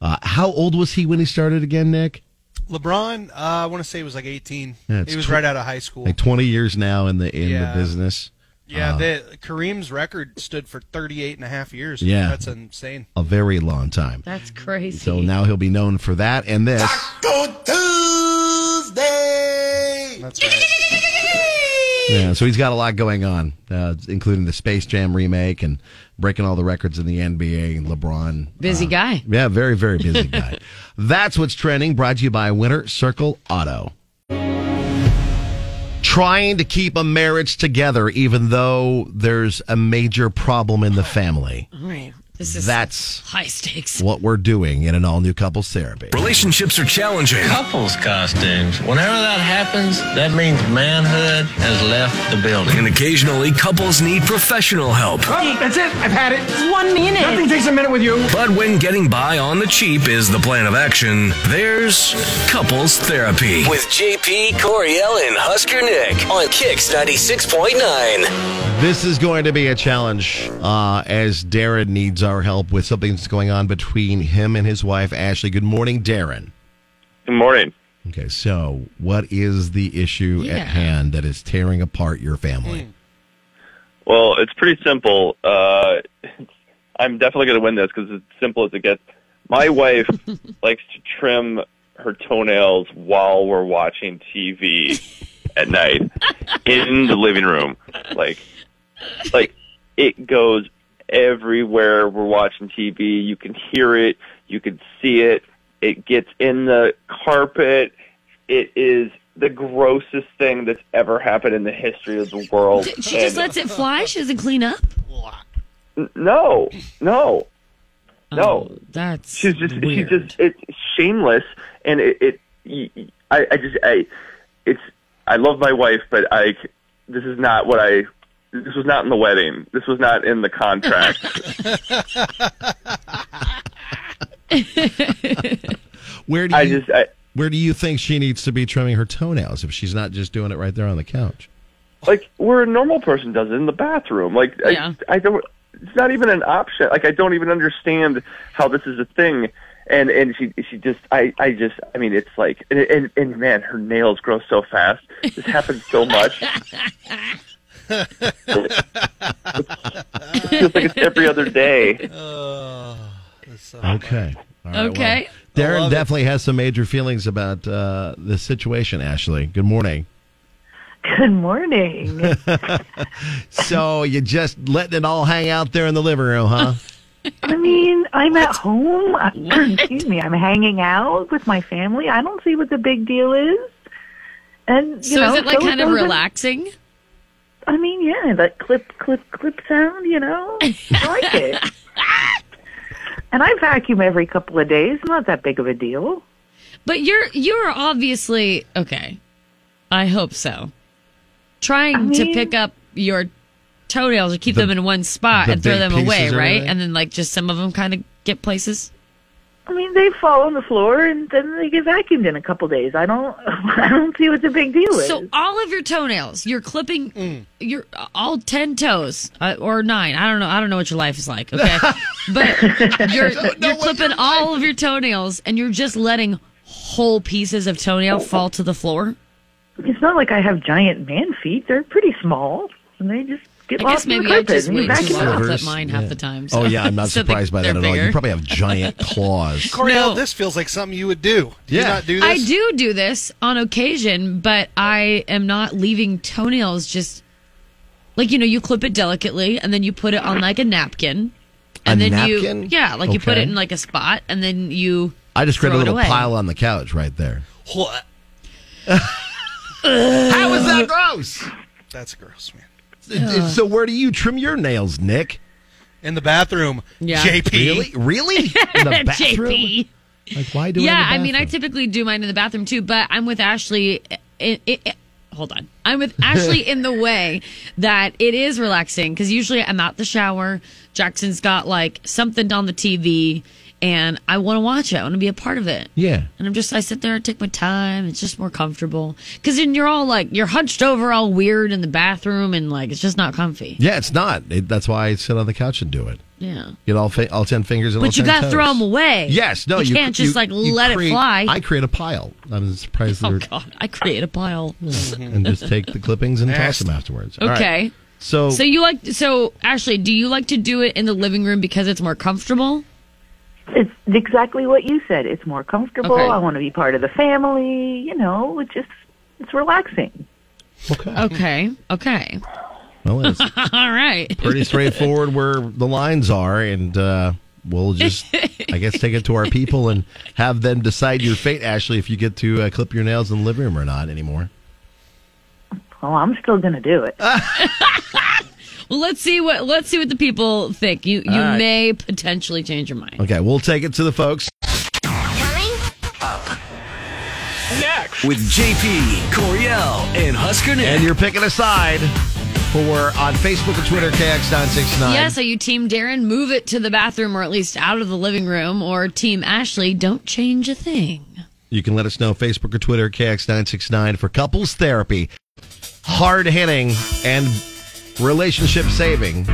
S6: Uh, how old was he when he started again, Nick?
S5: LeBron, uh, I want to say he was like 18.
S6: Yeah, it's
S5: he was
S6: tw- uh,
S5: right out of high school.
S6: Like 20 years now in the in
S5: Yeah.
S6: the business.
S5: yeah, the, Kareem's record stood for 38 and a half years.
S6: Yeah.
S5: That's insane.
S6: A very long time.
S7: That's crazy.
S6: So now he'll be known for that and this.
S2: Go Tuesday.
S5: That's right.
S6: Yeah, so he's got a lot going on, uh, including the Space Jam remake and breaking all the records in the NBA and LeBron.
S7: Busy
S6: Uh,
S7: guy.
S6: Yeah, very, very busy guy. That's what's trending, brought to you by Winter Circle Auto. Trying to keep a marriage together, even though there's a major problem in the family.
S7: All right. This is
S6: That's
S7: high stakes.
S6: what we're doing in an all new couples therapy.
S2: Relationships are challenging.
S12: Couples costumes. Whenever that happens, that means manhood has left the building.
S2: And occasionally, couples need professional help.
S4: Oh, that's it. I've had it. one minute. Nothing takes a minute with you.
S2: But when getting by on the cheap is the plan of action, there's couples therapy. With JP, Coriel, and Husker Nick on Kicks 96.9.
S6: This is going to be a challenge uh, as Darren needs our help with something that's going on between him and his wife, Ashley. Good morning, Darren.
S13: Good morning.
S6: Okay, so what is the issue
S13: Yeah.
S6: at hand that is tearing apart your family?
S13: Well, it's pretty simple. Uh, I'm definitely going to win this because it's as simple as it gets. My wife likes to trim her toenails while we're watching TV at night in the living room. Like, like it goes everywhere. We're watching TV. You can hear it. You can see it. It gets in the carpet. It is the grossest thing that's ever happened in the history of the world.
S7: She just
S13: And-
S7: lets it fly. She doesn't clean up.
S13: N- No, no,
S7: Oh.
S13: no.
S7: that's
S13: she's just she's just it's shameless, and it, it y- y- I I just I it's I love my wife, but I c- this is not what I this was not in the wedding. This was not in the contract.
S6: Where do you,
S13: I just I,
S6: where do you think she needs to be trimming her toenails if she's not just doing it right there on the couch?
S13: like where a normal person does it in the bathroom. Like I, I don't. It's not even an option. Like I don't even understand how this is a thing. And and she she just I I just I mean it's like and and, and man her nails grow so fast. This happens so much. It feels like it's every other day.
S6: Okay. All right, well,
S7: Okay. I
S6: Darren
S7: love
S6: definitely has some major feelings about uh, the situation, Ashley. Good morning.
S14: Good morning.
S6: so you just letting it all hang out there in the living room, huh?
S14: I mean, I'm at home. Excuse me. I'm hanging out with my family. I don't see what the big deal is. And you
S7: So
S14: know,
S7: is it like
S14: go
S7: kind of
S14: goes in-
S7: relaxing?
S14: I mean, yeah, that clip, clip, clip sound. You know, I like it. And I vacuum every couple of days. Not that big of a deal.
S7: But you're you're obviously okay. I hope so. Trying to
S14: mean-
S7: pick up your toenails or keep them in one spot
S14: the
S7: and throw
S14: big
S7: them away,
S14: pieces or
S7: right?
S14: anything?
S7: And then like just some of them kind of get places.
S14: I mean, they fall on the floor and then they get vacuumed in a couple of days. I don't. I don't see what the big deal is.
S7: So all of your toenails, you're clipping your all ten toes uh, or nine. I don't know. I don't know what your life is like. Okay, but you're you're clipping all of your toenails, and you're just letting whole pieces of toenail fall to the floor.
S14: It's not like I have giant man feet. They're pretty small, and they just get
S7: I
S14: lost
S7: guess
S14: in the
S7: maybe I
S14: carpet.
S7: just
S14: and you
S7: wait too
S14: vacuum
S7: long
S14: it
S7: to
S14: up.
S7: clip mine half the time. so-
S6: Oh yeah, I'm not
S7: so they-
S6: surprised by that
S7: they're
S6: at all. You
S7: bigger.
S6: probably have giant claws.
S5: Coriel, this feels like something you would do. Do you not do this?
S7: I do do this on occasion, but I am not leaving toenails just like you know you clip it delicately and then you put it on like a napkin
S6: A
S7: and then you
S6: napkin?
S7: yeah like you put
S6: Okay.
S7: it in like a spot and then you
S6: I just created
S7: throw
S6: a
S7: it
S6: little
S7: away.
S6: pile on the couch right there.
S5: What?
S6: How is
S7: Uh,
S6: that gross?
S5: That's gross, man.
S6: Uh. So where do you trim your nails, Nick?
S5: In the bathroom.
S7: Yeah.
S5: JP.
S6: Really? Really? In the bathroom?
S7: JP.
S6: Like why do it in
S7: Yeah,
S6: the
S7: I mean, I
S6: bathroom?
S7: typically do mine in the bathroom too, but I'm with Ashley. It, it, it- hold on. I'm with Ashley in the way that it is relaxing because usually I'm out the shower. Jackson's got like something on the TV and I want to watch it. I want to be a part of it.
S6: Yeah.
S7: And I'm just, I sit there and take my time. It's just more comfortable. Because then you're all like, you're hunched over all weird in the bathroom and like, it's just not comfy.
S6: Yeah, it's not. It, that's why I sit on the couch and do it.
S7: Yeah.
S6: Get all fi- all ten fingers and all
S7: But you
S6: 10
S7: got to
S6: toes.
S7: throw them away.
S6: Yes, no,
S7: you,
S6: you
S7: can't just
S6: you-
S7: like
S6: you
S7: let
S6: create-
S7: it fly.
S6: I create a pile. I'm surprised.
S7: Oh
S6: they're-
S7: God! I create a pile
S6: and just take the clippings and toss them afterwards. All right.
S7: Okay.
S6: So,
S7: So you like so Ashley? Do you like to do it in the living room because it's more comfortable?
S14: It's exactly what you said. It's more comfortable.
S7: Okay.
S14: I want to be part of the family. You know, it just it's relaxing.
S7: Okay. Okay.
S6: well, it's
S7: All right.
S6: pretty straightforward where the lines are, and uh, we'll just, I guess, take it to our people and have them decide your fate, Ashley, if you get to uh, clip your nails in the living room or not anymore.
S14: Well, I'm still gonna do
S15: Uh,
S14: it.
S7: Well, let's see what let's see what the people think. You you
S6: All right.
S7: may potentially change your mind.
S6: Okay, we'll take it to the folks.
S2: With JP, Coriel, and Husker Nick.
S6: And you're picking a side for on Facebook and Twitter, KX969.
S7: Yeah, so you team Darren, move it to the bathroom or at least out of the living room, or team Ashley, don't change a thing.
S6: You can let us know Facebook or Twitter, KX969 for couples therapy. Hard hitting and relationship saving.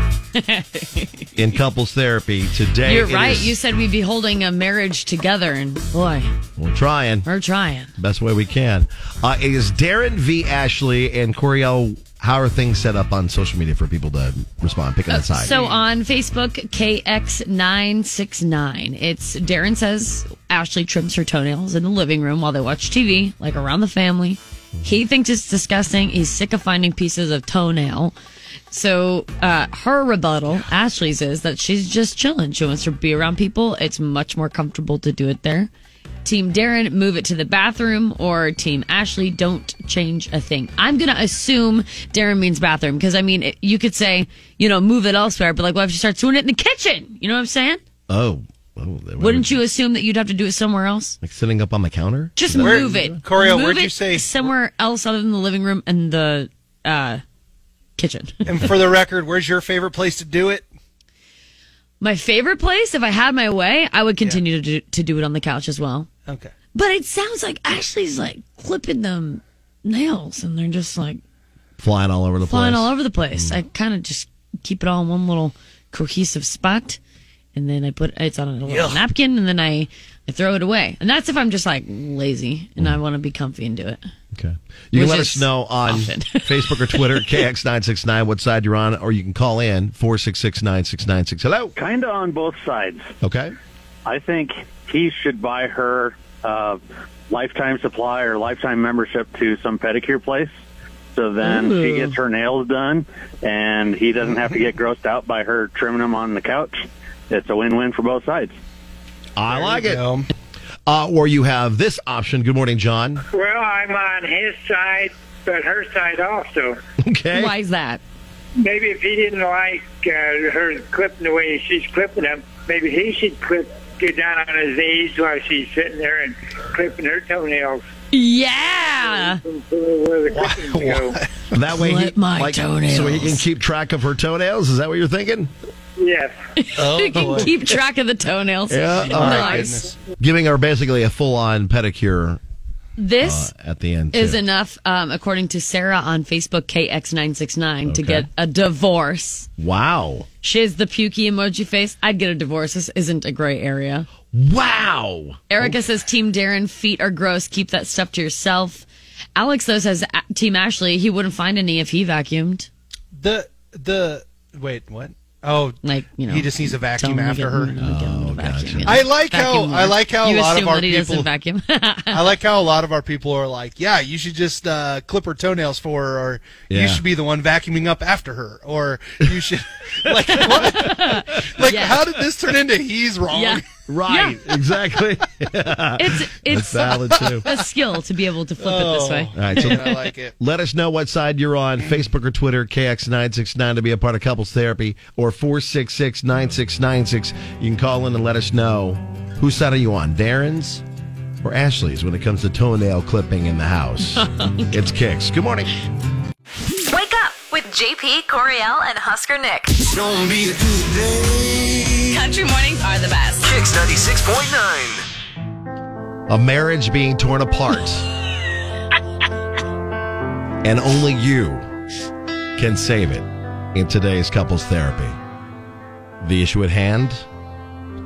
S6: in couples therapy today.
S7: You're
S6: it
S7: right.
S6: is-
S7: You said we'd be holding a marriage together, and boy,
S6: we're trying.
S7: we're trying.
S6: best way we can. Uh, it is Darren V. Ashley and Coriel. How are things set up on social media for people to respond? Pick Oh, on the side.
S7: Uh, So on Facebook, KX969, it's Darren says Ashley trims her toenails in the living room while they watch TV, like around the family. He thinks it's disgusting. He's sick of finding pieces of toenail. So uh, her rebuttal, Ashley's, is that she's just chilling. She wants to be around people. It's much more comfortable to do it there. Team Darren, move it to the bathroom, or Team Ashley, don't change a thing. I'm going to assume Darren means bathroom because, I mean, it, you could say, you know, move it elsewhere, but like, what if she starts doing it in the kitchen? You know what I'm saying?
S6: oh, oh they were
S7: Wouldn't you assume that you'd have to do it somewhere else?
S6: like sitting up on the counter?
S7: Just
S6: Is that-
S7: move it.
S5: Corio,
S7: move
S5: where'd you
S7: it
S5: say-
S7: Somewhere else other than the living room and the uh, kitchen.
S5: and for the record, where's your favorite place to do it?
S7: My favorite place, if I had my way, I would continue to, do, to do it on the couch as well.
S5: Okay.
S7: But it sounds like Ashley's like clipping them nails and they're just like
S6: Flying all over the
S7: flying
S6: place.
S7: all over the
S5: Mm.
S7: place. I kind of just keep it all in one little cohesive spot. And then I put it's on a little
S6: Yuck.
S7: napkin and then I, I throw it away. And that's if I'm just like lazy and I
S5: Mm.
S7: want to be comfy and do it.
S6: Okay. You can
S7: Which
S6: let
S7: is
S6: us know on Facebook or Twitter, KX969, what side you're on, or you can call in 466 9696. Hello.
S15: Kind of on both sides.
S6: Okay.
S15: I think he should buy her uh, lifetime supply or lifetime membership to some pedicure place. So then
S16: Ooh.
S15: she gets her nails done, and he doesn't have to get grossed out by her trimming them on the couch. It's a win-win for both sides.
S6: I like it. Uh, or you have this option. Good morning, John.
S17: Well, I'm on his side, but her side also.
S6: Okay.
S7: Why is that?
S17: Maybe if he didn't like uh, her clipping the way she's clipping him, maybe he should clip get down on his knees while she's sitting there and clipping her toenails.
S7: Yeah.
S17: Where the clippings go.
S6: That way,
S17: Clip my
S6: so he
S17: toenails.
S6: can keep track of her toenails. Is that what you're thinking?
S17: Yes.
S5: Oh,
S7: you can keep track of the toenails.
S6: Yeah. all right.
S7: nice.
S6: Giving her basically a full-on pedicure uh,
S7: This
S5: Oh,
S6: at the end.
S7: is
S6: too.
S7: enough, um, according to Sarah on Facebook KX969, to
S6: Okay.
S7: get a divorce.
S6: Wow.
S7: She has the pukey emoji face. I'd get a divorce. This isn't a gray area.
S6: Wow.
S7: Erica
S5: Oh.
S7: says, Team Darren, feet are gross. Keep that stuff to yourself. Alex, though, says, "A- Team Ashley, he wouldn't find any if he vacuumed.
S5: The the wait, what? Oh,
S7: like you know,
S5: he just needs a vacuum
S7: tell him
S5: after
S7: to
S5: her.
S7: get- Oh, gotcha.
S5: I like how
S7: Vacuum
S5: I like how
S7: You
S5: a lot of
S7: assume
S5: our
S7: that he doesn't
S5: people
S7: vacuum.
S5: I like how a lot of our people are like, yeah, you should just uh, clip her toenails for her, or
S6: Yeah.
S5: you should be the one vacuuming up after her, or you should like what? like how did this turn into he's wrong?
S7: Yeah.
S6: Right. Exactly.
S7: It's,
S6: That's
S7: it's
S6: valid too.
S7: a skill to be able to flip it
S5: Oh.
S7: this way.
S6: All right, so Let us know what side you're on, Facebook or Twitter, KX969 to be a part of Couples Therapy, or 466 9696. You can call in and let us know whose side are you on, Darren's or Ashley's when it comes to toenail clipping in the house.
S7: Oh,
S6: it's Kicks. Good morning.
S3: Wake up with JP, Coriel, and Husker Nick.
S2: Don't be today.
S3: Country mornings are the best.
S2: Kicks 96.9.
S6: A marriage being torn apart. and only you can save it in today's Couples Therapy. The issue at hand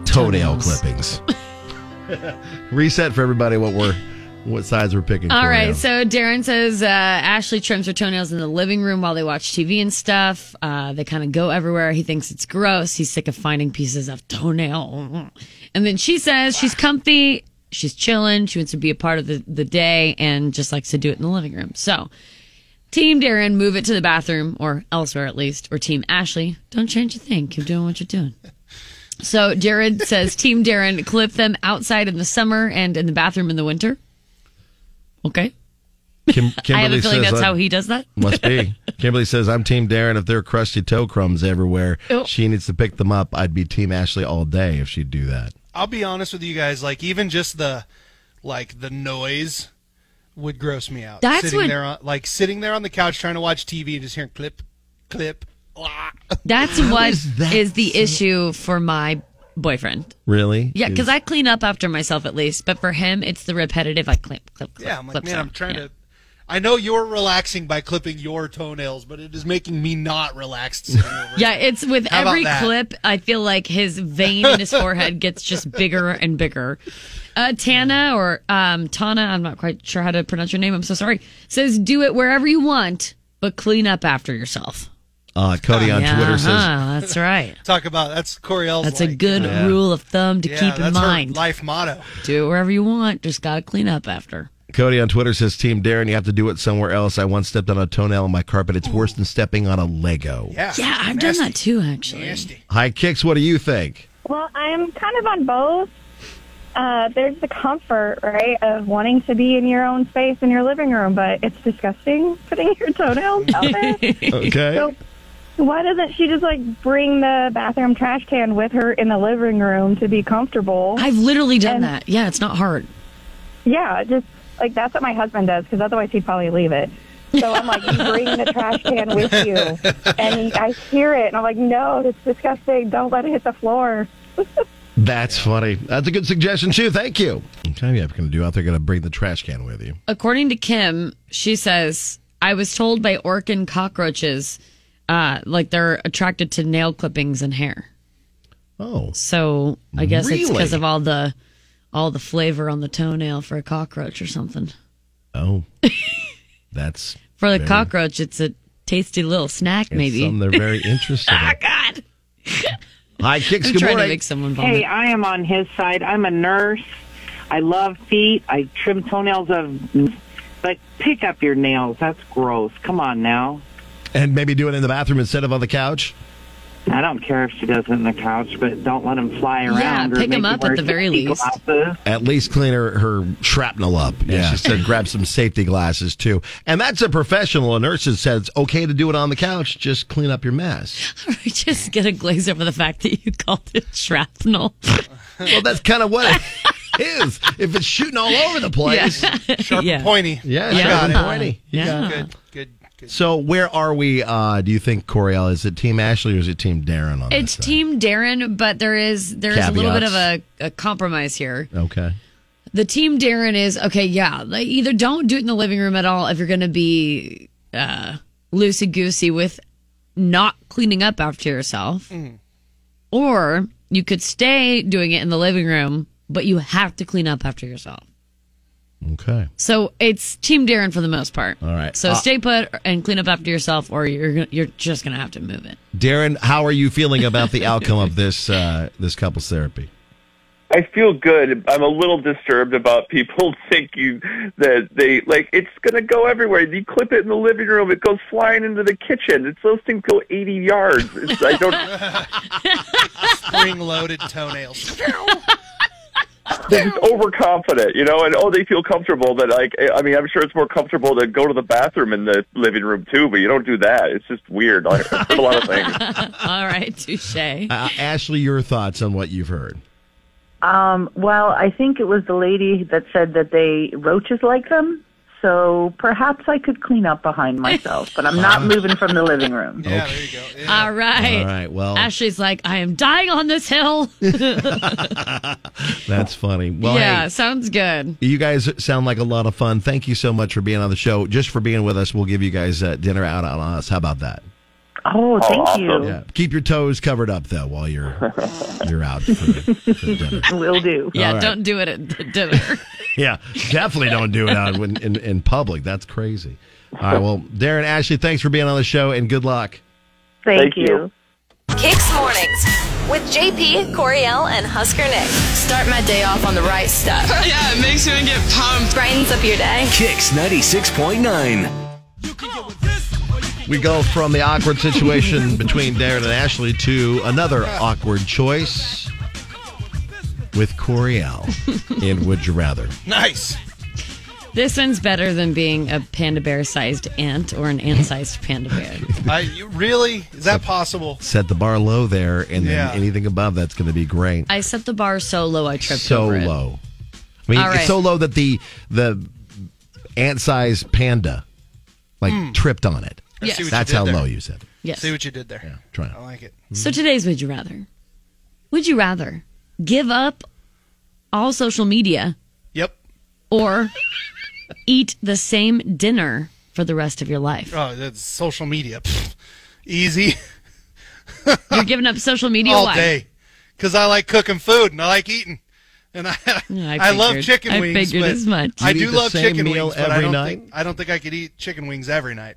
S6: toenail
S7: Toenails.
S6: clippings. reset for everybody what we're what sides we're picking.
S7: All
S6: for
S7: right,
S6: now.
S7: so Darren says uh, Ashley trims her toenails in the living room while they watch TV and stuff. Uh, they kind of go everywhere. He thinks it's gross. He's sick of finding pieces of toenail. And then she says she's comfy, she's chilling, she wants to be a part of the, the day, and just likes to do it in the living room. So, Team Darren, move it to the bathroom or elsewhere at least. Or Team Ashley, don't change a thing. Keep doing what you're doing. So, Jared says Team Darren, clip them outside in the summer and in the bathroom in the winter. Okay.
S6: Kim, Kimberly
S7: I have a feeling
S6: says,
S7: that's
S6: uh,
S7: how he does that.
S6: must be. Kimberly says, "I'm Team Darren. If there are crusty toe crumbs everywhere,
S5: Oh.
S6: she needs to pick them up. I'd be Team Ashley all day if she'd do that."
S5: I'll be honest with you guys, like even just the like the noise would gross me out.
S7: That's
S5: sitting
S7: what-
S5: there on, like sitting there on the couch trying to watch TV and just hearing clip clip. wah.
S7: That's
S5: How
S7: what
S5: is
S7: is,
S5: that
S7: the issue for my boyfriend.
S6: Really?
S7: Yeah, because
S6: Is-
S7: I clean up after myself at least, but for him, it's the repetitive. I clip, clip, clip.
S5: Yeah, I'm like,
S7: clip
S5: man,
S7: sound.
S5: I'm trying
S7: Yeah.
S5: to I know you're relaxing by clipping your toenails, but it is making me not relaxed. sitting over here.
S7: Yeah, it's with
S5: How about
S7: every
S5: that?
S7: clip, I feel like his vein in his forehead gets just bigger and bigger. Uh, Tana or um, Tana, I'm not quite sure how to pronounce your name. I'm so sorry. Says, do it wherever you want, but clean up after yourself.
S6: Uh, Cody on
S7: Oh, Yeah,
S6: Twitter says,
S7: uh-huh, that's right.
S5: Talk about that's Coriel's.
S7: That's a
S5: like,
S7: good
S6: Yeah.
S7: rule of thumb to
S5: yeah,
S7: keep in
S5: that's her
S7: mind.
S5: life motto.
S7: Do it wherever you want, just got to clean up after.
S6: Cody on Twitter says, Team Darren, you have to do it somewhere else. I once stepped on a toenail on my carpet. It's worse than stepping on a Lego.
S5: Yeah,
S7: yeah I've done that too, actually.
S6: Hi, Kicks, what do you think?
S16: Well, I'm kind of on both. Uh, there's the comfort, right, of wanting to be in your own space in your living room, but it's disgusting putting your toenails out there.
S6: Okay.
S16: So why doesn't she just like bring the bathroom trash can with her in the living room to be comfortable?
S7: I've literally done that. Yeah, it's not hard.
S16: Yeah, just like that's what my husband does because otherwise he'd probably leave it. So I'm like, you bring the trash can with you, and he, I hear it, and I'm like, no, it's disgusting. Don't let it hit the floor.
S6: That's funny. That's a good suggestion, too. Thank you. I'm telling you, I'm going to do out there, going to bring the trash can with you.
S7: According to Kim, she says, I was told by Orkin cockroaches, uh, like they're attracted to nail clippings and hair.
S6: Oh.
S7: So I guess it's
S6: Really?
S7: because of all the all the flavor on the toenail for a cockroach or something.
S6: Oh. That's.
S7: For the
S6: very-
S7: cockroach, it's a tasty little snack,
S6: it's
S7: maybe.
S6: Something they're very interested in.
S7: God.
S6: Hi, Kicks,
S7: I'm
S6: good
S7: trying to
S6: morning.
S7: make someone vomit.
S18: Hey, I am on his side. I'm a nurse. I love feet. I trim toenails of, but pick up your nails. That's gross. Come on now.
S6: and maybe do it in the bathroom instead of on the couch?
S18: I don't care if she does it on the couch, but don't let them fly around. or
S7: pick 'em
S18: make
S7: up
S18: you
S7: at
S18: wear
S7: the very
S18: safety
S7: least.
S18: glasses.
S6: At least clean her, her shrapnel up. Yeah. She said grab some safety glasses, too. And that's a professional. A nurse that says, okay to do it on the couch. Just clean up your mess.
S7: I just get a glaze over the fact that you called it shrapnel.
S6: well, that's kind of what it is. If it's shooting all over the place.
S5: Sharp and pointy.
S6: Yeah,
S5: I
S6: sharp
S5: got
S6: and
S5: it.
S6: pointy.
S7: Uh,
S5: You
S6: Yeah.
S5: got it. Good, good.
S6: So where are we? Uh, do you think Coriel is it Team Ashley or is it Team Darren on
S7: It's Team Darren, but there is there is a little bit of a,
S6: Caveats.
S7: a compromise here.
S6: this? Okay.
S7: The Team Darren is okay. Yeah, like, either don't do it in the living room at all if you're going to be uh, loosey goosey with not cleaning up after yourself, or you could stay doing it in the living room, but you have to clean up after yourself.
S6: Okay.
S7: So it's Team Darren for the most part.
S6: All right.
S7: So
S6: Uh,
S7: stay put and clean up after yourself, or you're gonna- you're just going to have to move it.
S6: Darren, how are you feeling about the outcome of this uh, this couples therapy?
S13: I feel good. I'm a little disturbed about people thinking that they like it's going to go everywhere. You clip it in the living room, it goes flying into the kitchen. It's those things go 80 yards. It's, I don't.
S5: Spring loaded toenails.
S13: they're just overconfident, you know, and oh, they feel comfortable. That like, eh, I mean, I'm sure it's more comfortable to go to the bathroom in the living room too, but you don't do that. It's just weird. Like, I've heard a lot of things.
S7: All right, touche.
S6: Uh, Ashley, your thoughts on what you've heard?
S14: Um, well, I think it was the lady that said that they roaches like them. So perhaps I could clean up behind myself, but I'm not moving from the living room.
S6: okay. Uh,
S7: All right.
S6: All right, well-
S7: Ashley's like, I am dying on this hill.
S6: That's funny. Well,
S7: yeah,
S6: hey,
S7: sounds good.
S6: You guys sound like a lot of fun. Thank you so much for being on the show. Just for being with us, we'll give you guys uh, dinner out on us. How about that?
S14: Oh, thank you.
S6: Yeah. Keep your toes covered up though while you're you're out for, for dinner.
S14: Will do.
S7: Yeah,
S6: All right.
S7: don't do it at the dinner.
S6: Yeah, definitely don't do it out when, in in public. That's crazy. All right, well, Darren Ashley, thanks for being on the show and good luck.
S14: Thank Thank you. you.
S9: Kicks Mornings with JP, Coriel, and Husker Nick. Start my day off on the right stuff. yeah, it makes you get pumped. Brightens up your day.
S2: Kicks 96.9.
S6: We go from the awkward situation between Darren and Ashley to another awkward choice with Coriel in Would You Rather.
S5: Nice.
S7: this one's better than being a panda bear sized ant or an ant sized panda bear.
S5: I you, really is that possible?
S6: Set the bar low there, and
S5: Yeah.
S6: then anything above that's going to be great.
S7: I set the bar so low I tripped
S6: so
S7: over it.
S6: low. I mean,
S7: All right.
S6: it's so low that the the ant-sized panda like
S5: Hmm.
S7: Mm.
S6: tripped on it.
S7: I see what you
S6: That's
S7: did
S6: how
S7: there.
S6: low you said it.
S7: Yes.
S5: See what you did there. Yeah,
S6: try it.
S5: I like it.
S7: So today's Would You Rather? Would you rather give up all social media?
S5: Yep.
S7: Or eat the same dinner for the rest of your life.
S5: Oh, that's social media. Pfft, easy.
S7: You're giving up social media.
S5: all
S7: why?
S5: day because I like cooking food and I like eating, and I I, love
S7: figured.
S5: chicken
S7: I
S5: wings.
S7: figured
S5: but
S7: as much.
S5: I
S6: You
S5: do
S6: eat the
S5: love
S6: same
S5: chicken
S6: meal
S5: wings, but I
S6: every
S5: don't
S6: night?
S5: think I don't think I could eat chicken wings every night.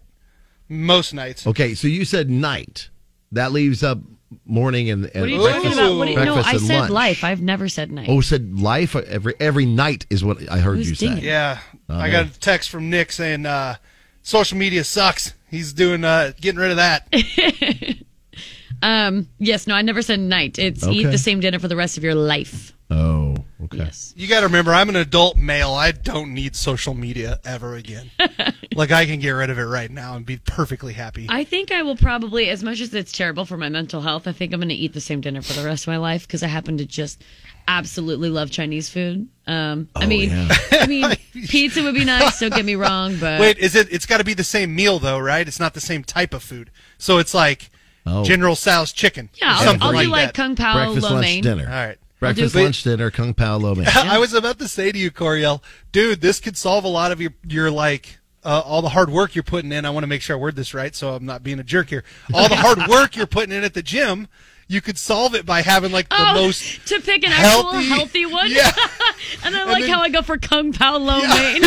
S5: Most nights.
S6: Okay, so you said night. That leaves up morning and, and
S7: What are you
S6: breakfast,
S7: talking about? What are you, no,
S6: breakfast
S7: I
S6: and
S7: said
S6: lunch.
S7: life. I've never said night.
S6: Oh, said life every every night is what I heard
S7: Who's
S6: you say.
S7: dinging?
S5: Yeah,
S6: Oh,
S5: I
S6: man.
S5: got a text from Nick saying uh, social media sucks. He's doing uh, getting rid of that.
S7: Um, yes, no, I never said night. It's eat
S5: Okay.
S7: the same dinner for the rest of your life.
S6: Oh, okay.
S5: You got to remember, I'm an adult male. I don't need social media ever again. like I can get rid of it right now and be perfectly happy.
S7: I think I will probably, as much as it's terrible for my mental health, I think I'm going to eat the same dinner for the rest of my life because I happen to just absolutely love Chinese food. Um,
S6: Oh,
S7: I mean, I mean, pizza would be nice. Don't get me wrong, but
S5: Wait, is it? It's got to be the same meal though, right? It's not the same type of food. So it's like General Sal's chicken.
S7: Yeah, I'll-
S5: something
S7: I'll do like
S5: that.
S7: Kung Pao
S6: Breakfast,
S7: lo
S6: lunch,
S7: mein.
S6: dinner.
S5: All right.
S6: Breakfast,
S5: I'll do-
S6: lunch, dinner, kung pao lo mein.
S5: I was about to say to you, Coriel, dude, this could solve a lot of your your like uh, all the hard work you're putting in. I want to make sure I word this right, so I'm not being a jerk here. All the hard work you're putting in at the gym, you could solve it by having like the
S7: Oh,
S5: most
S7: to pick an actual
S5: healthy-
S7: healthy one.
S5: Yeah.
S7: and I
S5: And
S7: like
S5: then-
S7: how I go for Kung Pao Lo Mein.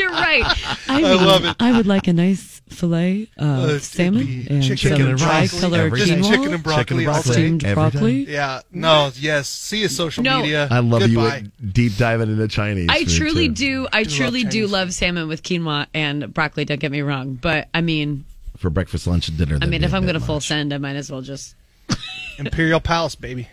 S7: You're right. I,
S5: I
S7: mean,
S5: love it.
S7: I would like a nice filet
S5: Uh,
S7: of
S5: it'd
S7: salmon and
S5: chicken
S7: some
S5: and broccoli.
S7: tricolor
S5: Just
S7: quinoa.
S5: chicken and broccoli, all day.
S7: steamed broccoli.
S5: Yeah, no, yes. See you social
S7: No.
S5: media.
S6: I love you
S5: Goodbye.
S6: at deep diving into Chinese.
S7: I
S6: food,
S7: truly
S6: too.
S7: do. I
S5: Do love
S7: truly do
S5: Chinese
S7: love salmon with quinoa and broccoli. Don't get me wrong, but I mean,
S6: for breakfast, lunch, and dinner.
S7: I
S6: then,
S7: mean, if
S6: yeah,
S7: I'm
S6: that
S7: gonna
S6: much.
S7: full send, I might as well just.
S5: Imperial Palace, baby.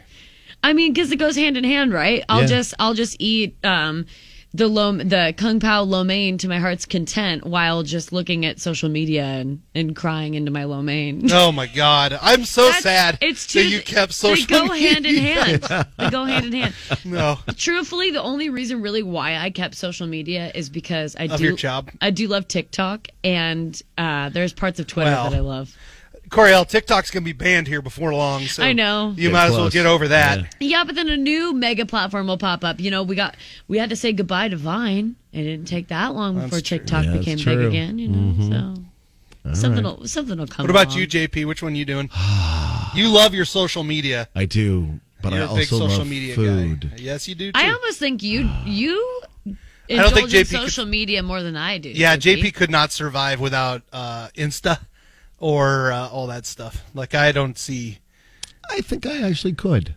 S7: I mean, because it goes hand in hand, right? I'll
S5: Yeah.
S7: just I'll just eat um, the lo the kung pao lo mein to my heart's content while just looking at social media and, and crying into my lo mein.
S5: Oh my God, I'm so
S7: That's-
S5: sad.
S7: It's too
S5: that you kept social.
S7: They go hand in
S5: media.
S7: hand. They go hand in hand.
S5: No.
S7: Truthfully, the only reason really why I kept social media is because I
S5: Of
S7: do
S5: your job.
S7: I do love TikTok and uh, there's parts of Twitter
S5: Well,
S7: that I love.
S5: Coriel, TikTok's gonna be banned here before long. So
S7: I know.
S5: You
S7: Get
S5: might as well
S6: close.
S5: get over that.
S7: Yeah, but then a new mega platform will pop up. You know, we got we had to say goodbye to Vine. It didn't take that long
S5: That's
S7: before
S5: true.
S7: TikTok
S5: Yeah, that's
S7: became big
S5: true.
S7: again. You know,
S5: Mhm.
S7: so
S5: All
S7: something
S5: right.
S7: will something will come.
S5: What about
S7: along.
S5: you, JP? Which one you doing? you love your social media.
S6: I do, but
S5: You're
S6: I
S5: a big
S6: also
S5: social
S6: love
S5: media
S6: food.
S5: guy. Yes, you do. Too.
S7: I almost think you you
S5: I don't
S7: indulge
S5: think
S7: in
S5: JP could-
S7: social media more than I do.
S5: yeah, JP could not survive without uh, Insta or uh, all that stuff. Like I don't see.
S6: I think I actually could.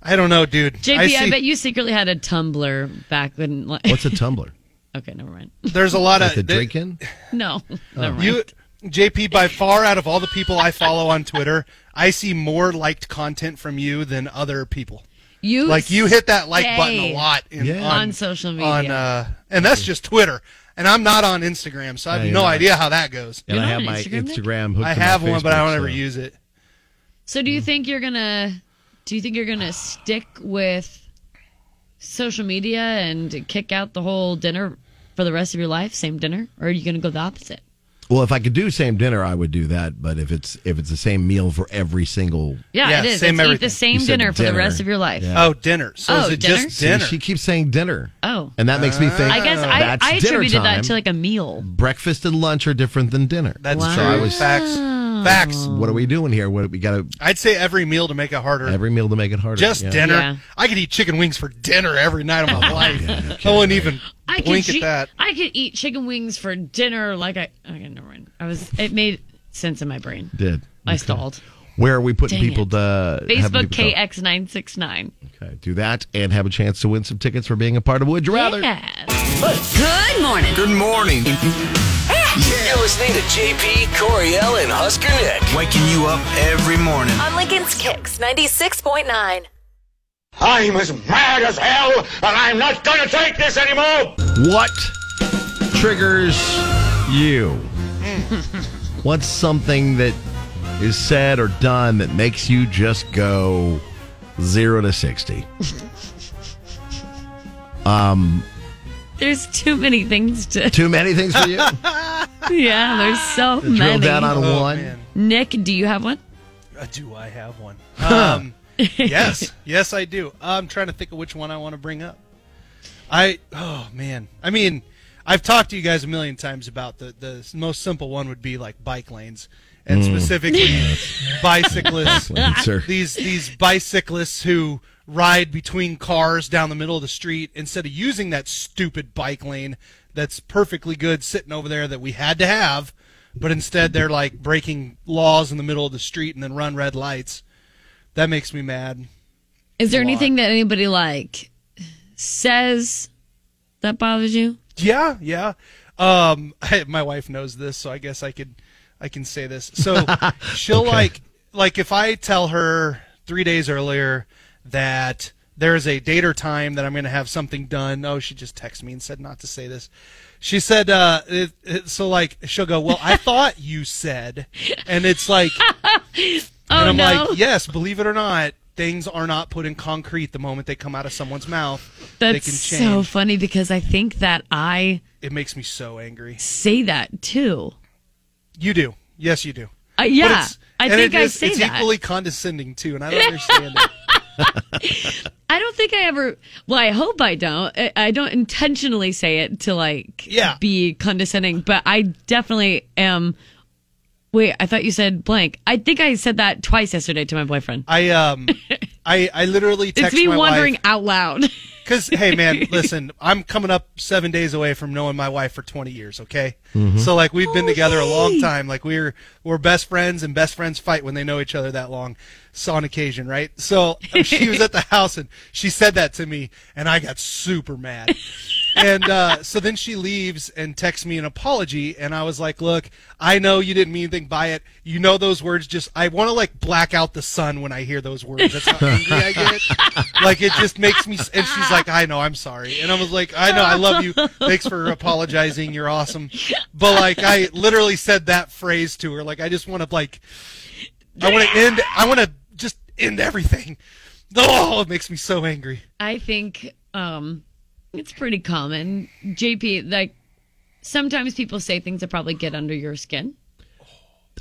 S5: I don't know, dude.
S7: JP,
S5: I,
S7: I,
S5: see,
S7: bet you secretly had a Tumblr back when. Like,
S6: What's a tumbler?
S7: okay, never mind.
S5: there's a lot of
S6: Like the drink in?
S7: No,
S5: Oh.
S7: never mind.
S5: You, JP, by far out of all the people I follow on Twitter, I see more liked content from you than other people.
S7: You
S5: like you hit that like button
S7: stay
S5: a lot in,
S7: Yeah.
S5: on,
S7: on social
S5: on,
S7: media.
S5: uh, and that's just Twitter. And I'm not on Instagram, so I have
S6: Yeah, you're
S5: no
S6: not.
S5: idea how that goes.
S6: And I have my Instagram. hooked
S5: I
S6: to my
S5: have one, but I
S6: Facebook,
S5: don't ever
S6: so-
S5: use it.
S7: So do
S5: Hmm.
S7: you think you're gonna do you think you're gonna stick with social media and kick out the whole dinner for the rest of your life, same dinner? Or are you gonna go the opposite?
S6: Well, if I could do same dinner, I would do that. But if it's if it's the same meal for every single,
S7: Yeah, it is.
S5: same
S7: it's eat
S5: everything.
S7: the same
S6: You said
S7: dinner, for the
S6: dinner.
S7: rest of your life.
S6: Yeah.
S5: Oh, dinner. So
S7: Oh,
S5: is it
S7: dinner?
S5: just
S6: See,
S5: dinner? Uh,
S6: she keeps saying dinner.
S7: Oh.
S6: and that makes me think.
S7: I guess I,
S6: Uh, that's
S7: I attributed
S6: dinner
S7: that
S6: time.
S7: to like a meal.
S6: breakfast and lunch are different than dinner.
S5: That's
S6: so
S5: true.
S6: I was
S5: Facts. Facts.
S6: What are we doing here? What we got to
S5: I'd say every meal to make it harder.
S6: every meal to make it harder.
S5: just
S6: yeah.
S5: dinner. I could eat chicken wings for dinner every night of my life. I wouldn't even
S7: I could
S5: blink at
S7: che-
S5: that.
S7: I could eat chicken wings for dinner like I okay, never mind. I was it made sense in my brain.
S6: Did
S7: I stalled.
S6: Where are we putting
S7: Dang
S6: people
S7: it.
S6: to have
S7: Facebook
S6: people call?
S7: KX nine six nine.
S6: Okay, do that and have a chance to win some tickets for being a part of Would You Rather.
S1: Good morning.
S2: Good morning.
S1: You're listening to JP, Coriel, and Husker Nick.
S2: Waking you up every morning.
S9: On Lincoln's Kicks 96.9.
S19: I'm as mad as hell, and I'm not gonna take this anymore!
S6: What triggers you? What's something that is said or done that makes you just go zero to sixty? Um,
S7: There's too many things to
S6: too many things for you.
S7: yeah, there's so
S6: Drill
S7: many.
S6: down on
S5: Oh,
S6: one.
S5: man.
S7: Nick, do you have one?
S5: Uh, do I have one? Um, yes, yes, I do. I'm trying to think of which one I want to bring up. I oh man, I mean, I've talked to you guys a million times about the the most simple one would be like bike lanes, and
S6: Mm.
S5: specifically bicyclists.
S6: Bike
S7: Uh,
S6: lanes are-
S5: these these bicyclists who ride between cars down the middle of the street instead of using that stupid bike lane that's perfectly good sitting over there that we had to have, but instead they're like breaking laws in the middle of the street and then run red lights. That makes me mad.
S7: Is there
S5: A lot.
S7: anything that anybody like says that bothers you?
S5: Yeah, yeah. Um, my wife knows this, so I guess I could, I can say this. So she'll like, like if I tell her three days earlier that there is a date or time that I'm going to have something done. Oh, she just texted me and said not to say this. She said, uh, it, it, so like she'll go, well, I thought you said, and it's like, and
S7: Oh,
S5: I'm
S7: no.
S5: like, yes, believe it or not, things are not put in concrete the moment they come out of someone's mouth. they
S7: That's
S5: can
S7: so
S5: change.
S7: funny because I think that I
S5: it makes me so angry.
S7: say that too.
S5: You do. Yes, you do.
S7: Uh,
S5: But
S7: yeah,
S5: it's-
S7: I
S5: and
S7: think
S5: it
S7: I
S5: is-
S7: say
S5: it's
S7: that.
S5: equally condescending too, and I don't understand it.
S7: I don't think I ever. Well, I hope I don't. I, I don't intentionally say it to like be condescending, but I definitely am. Wait, I thought you said blank. I think I said that twice yesterday to my boyfriend.
S5: I um, I I literally text
S7: it's me
S5: my
S7: wondering out loud.
S5: because hey man, listen, I'm coming up seven days away from knowing my wife for 20 years. Okay,
S6: Mhm.
S5: so like we've been
S6: Oh,
S5: together a long
S6: yay.
S5: time. Like we're we're best friends, and best friends fight when they know each other that long. So on occasion, right? So she was at the house and she said that to me, and I got super mad. and uh, so then she leaves and texts me an apology, and I was like, "Look, I know you didn't mean anything by it. You know those words. Just I want to like black out the sun when I hear those words. That's how angry I get. Like it just makes me." s- And she's like, "I know, I'm sorry." And I was like, "I know, I love you. Thanks for apologizing. You're awesome." But like, I literally said that phrase to her. Like, I just want to like, I want to end. I want to just end everything. Oh, it makes me so angry.
S7: I think um, it's pretty common. JP, like sometimes people say things that probably get under your skin.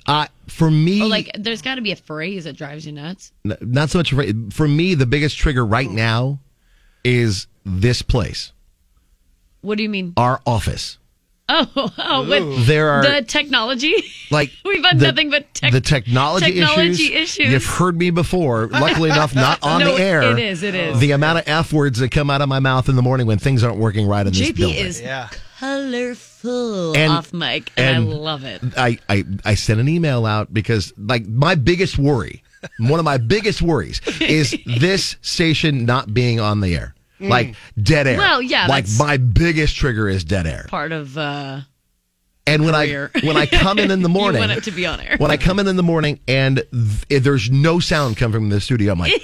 S6: I for me,
S7: Or Oh, like there's got to be a phrase that drives you nuts.
S6: n- not so much for, for me. The biggest trigger right
S7: Oh.
S6: now is this place,
S7: What do you mean?
S6: our office.
S7: Oh, oh,
S6: Ooh.
S7: with
S6: There are-
S7: the technology.
S6: Like
S7: We've had
S6: the-
S7: nothing but tech-
S6: the technology,
S7: technology issues.
S6: You've heard me before. Luckily enough, not on
S7: No,
S6: the air.
S7: it is, it is.
S6: The amount of f words that come out of my mouth in the morning when things aren't working right in this
S7: JP
S6: building.
S7: is colorful
S6: And-
S7: off mic, and, I
S6: and-
S7: love it.
S6: I, I, I sent an email out because like my biggest worry, one of my biggest worries is this station not being on the air.
S7: Mm.
S6: Like dead air.
S7: Well, yeah,
S6: Like
S7: that's-
S6: my biggest trigger is dead air.
S7: Part of uh,
S6: And when
S7: career.
S6: I when I come in in the
S7: You
S6: morning,
S7: want it to be on air.
S6: When I come in in the morning and th- if there's no sound coming from the studio, I'm like,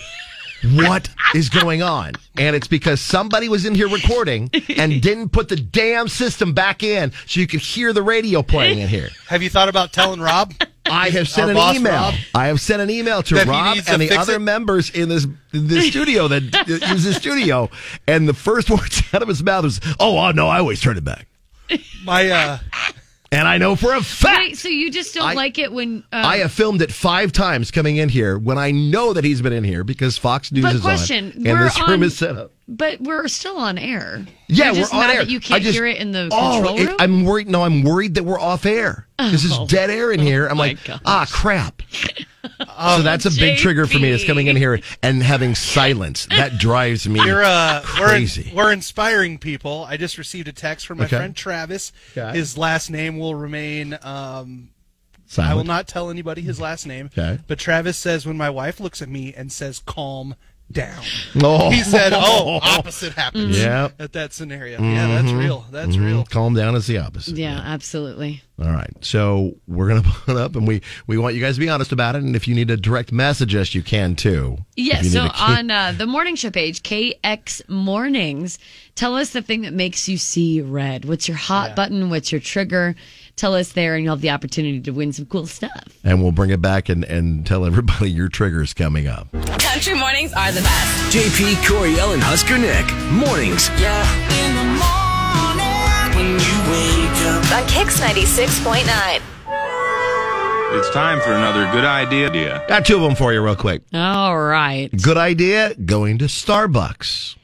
S6: what is going on? And it's because somebody was in here recording and didn't put the damn system back in, so you could hear the radio playing in here.
S5: Have you thought about telling Rob?
S6: I have sent
S5: Our
S6: an
S5: boss,
S6: email.
S5: Rob?
S6: I have sent an email to
S5: That he
S6: Rob
S5: needs to
S6: and the
S5: fix
S6: other
S5: it?
S6: members in this in this studio that that use the studio. And the first words out of his mouth was, "Oh, oh no, I always turn it back."
S5: My uh,
S6: and I know for a fact.
S7: Wait, so you just don't like it when uh,
S6: I have filmed it five times coming in here when I know that he's been in here because Fox News
S7: But
S6: is
S7: question,
S6: on
S7: we're
S6: and this
S7: on-
S6: room is set up.
S7: But we're still on air.
S6: Yeah,
S7: You're
S6: we're
S7: just
S6: on
S7: mad
S6: air.
S7: That you
S6: I
S7: can't
S6: just-
S7: hear it in the
S6: oh,
S7: control
S6: it-
S7: room. Oh.
S6: I'm worried. No, I'm worried that we're off air. This is dead air in here. I'm like, ah, crap. so that's a
S7: Oh,
S6: big trigger for me. Is coming in here and having silence that drives me
S5: You're uh,
S6: crazy.
S5: We're, we're inspiring people. I just received a text from my
S6: Okay.
S5: friend Travis.
S6: Okay.
S5: His last name will remain. Um, I
S6: Silent.
S5: will not tell anybody his last name.
S6: Okay.
S5: But Travis says when my wife looks at me and says, "Calm down,"
S6: Oh.
S5: he said, "Oh, Mm-hmm. opposite happens."
S6: Yep.
S5: At that scenario, yeah, that's
S6: Mhm.
S5: real. That's
S6: Mhm.
S5: real.
S6: Calm down is the opposite.
S7: yeah, absolutely.
S6: All right. So we're going to put it up and we, we want you guys to be honest about it. And if you need to direct message us, you can too.
S7: Yeah,
S6: If you
S7: so
S6: need to-
S7: on uh, the morning show page, KX Mornings, tell us the thing that makes you see red. What's your hot button? What's your trigger? Tell us there, and you'll have the opportunity to win some cool stuff.
S6: And we'll bring it back and, and tell everybody your triggers coming up.
S9: Country mornings are the best.
S2: JP Coriel and Husker Nick. Mornings.
S9: Yeah. In the morning when you wake up. On Kicks 96.9.
S20: It's time for another good idea.
S6: Got two of them for you, real quick.
S7: All right.
S6: Good idea going to Starbucks.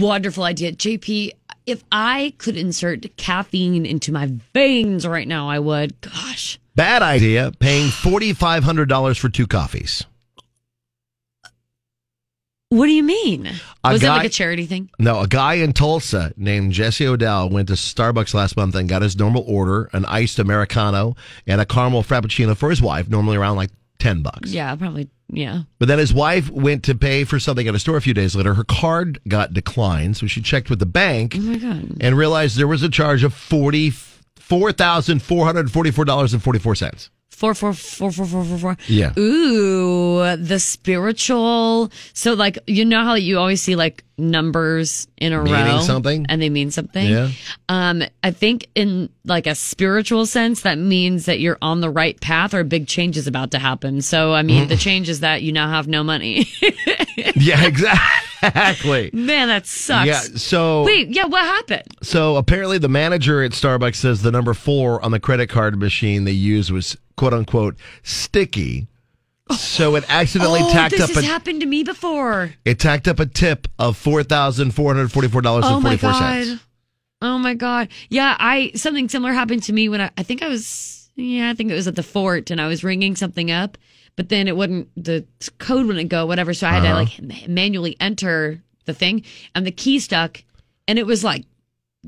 S7: Wonderful idea. JP, if I could insert caffeine into my veins right now, I would. Gosh.
S6: Bad idea. Paying forty five hundred dollars for two coffees.
S7: What do you mean? Was
S6: A
S7: that like
S6: guy-
S7: a charity thing?
S6: No, a guy in Tulsa named Jesse Odell went to Starbucks last month and got his normal order, an iced Americano and a caramel frappuccino for his wife, normally around like 10 bucks.
S7: Yeah, probably. Yeah.
S6: But then his wife went to pay for something at a store a few days later. Her card got declined, so she checked with the bank
S7: Oh my God.
S6: and realized there was a charge of forty four thousand four hundred forty four dollars and forty four cents.
S7: Four, four, four, four, four, four, four.
S6: Yeah.
S7: Ooh, the spiritual. So, like, you know how you always see like numbers in a
S6: Meaning
S7: row,
S6: something?
S7: and they mean something.
S6: Yeah.
S7: Um, I think in like a spiritual sense, that means that you're on the right path, or a big change is about to happen. So, I
S6: Mm.
S7: mean, the change is that you now have no money.
S6: yeah, exactly.
S7: Man, that sucks.
S6: Yeah, so-
S7: wait, yeah, what happened?
S6: So apparently, the manager at Starbucks says the number four on the credit card machine they used was "quote unquote" sticky. So it accidentally
S7: oh,
S6: tacked
S7: this
S6: up
S7: has
S6: a
S7: happened to me before.
S6: it tacked up a tip of four thousand four hundred forty four dollars
S7: Oh my
S6: forty four
S7: god. Oh my god. Yeah, I something similar happened to me when I I think I was yeah, I think it was at the fort and I was ringing something up, but then it wouldn't the code wouldn't go whatever, so I had
S6: Uh-huh.
S7: to like ma- manually enter the thing and the key stuck and it was like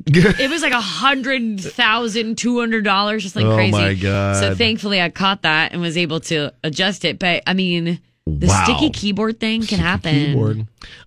S7: it was like a hundred thousand two hundred dollars just like
S6: Oh
S7: crazy
S6: my God.
S7: so thankfully i caught that and was able to adjust it but i mean the
S6: Wow.
S7: sticky keyboard thing can happen
S6: Keyboard.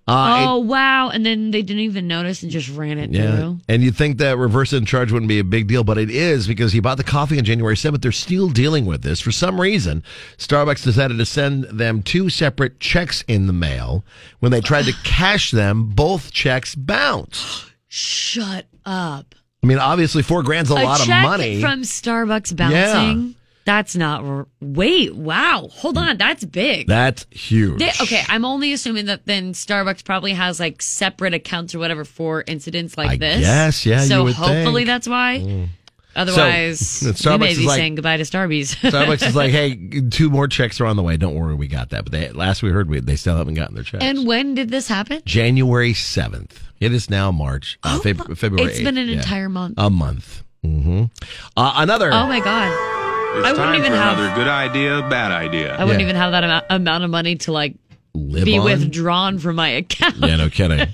S6: Uh,
S7: oh wow! And then they didn't even notice and just ran it
S6: it- yeah,
S7: through.
S6: and you think that reversing the charge wouldn't be a big deal, but it is because he bought the coffee on January seventh. They're still dealing with this for some reason. Starbucks decided to send them two separate checks in the mail. When they tried to cash them, both checks bounced.
S7: Shut up!
S6: I mean, obviously, four grand's a, lot
S7: check
S6: of money.
S7: from Starbucks bouncing. That's not. r- Wait, wow! Hold on, that's big.
S6: That's huge.
S7: They- okay, I'm only assuming that then Starbucks probably has like separate accounts or whatever for incidents like
S6: I
S7: this.
S6: guess, yeah,
S7: So
S6: you would
S7: hopefully
S6: think.
S7: that's why.
S6: Mm.
S7: Otherwise,
S6: So,
S7: we
S6: Starbucks
S7: may
S6: is
S7: be
S6: like-
S7: saying goodbye to Starbucks.
S6: Starbucks is like, hey, two more checks are on the way. Don't worry, we got that. But they, last we heard, we, they still haven't gotten their check.
S7: And when did this happen?
S6: January 7th. It is now March, uh, Feb- February
S7: Oh, It's been
S6: 8th.
S7: an
S6: Yeah.
S7: entire month.
S6: A month. hmm Uh, another.
S7: Oh my god!
S20: It's
S7: I wouldn't
S20: time
S7: even
S20: for
S7: have.
S20: another good idea, bad idea.
S7: I wouldn't even have that amount, amount of money to like
S6: Live
S7: be
S6: on?
S7: withdrawn from my account.
S6: Yeah, no kidding.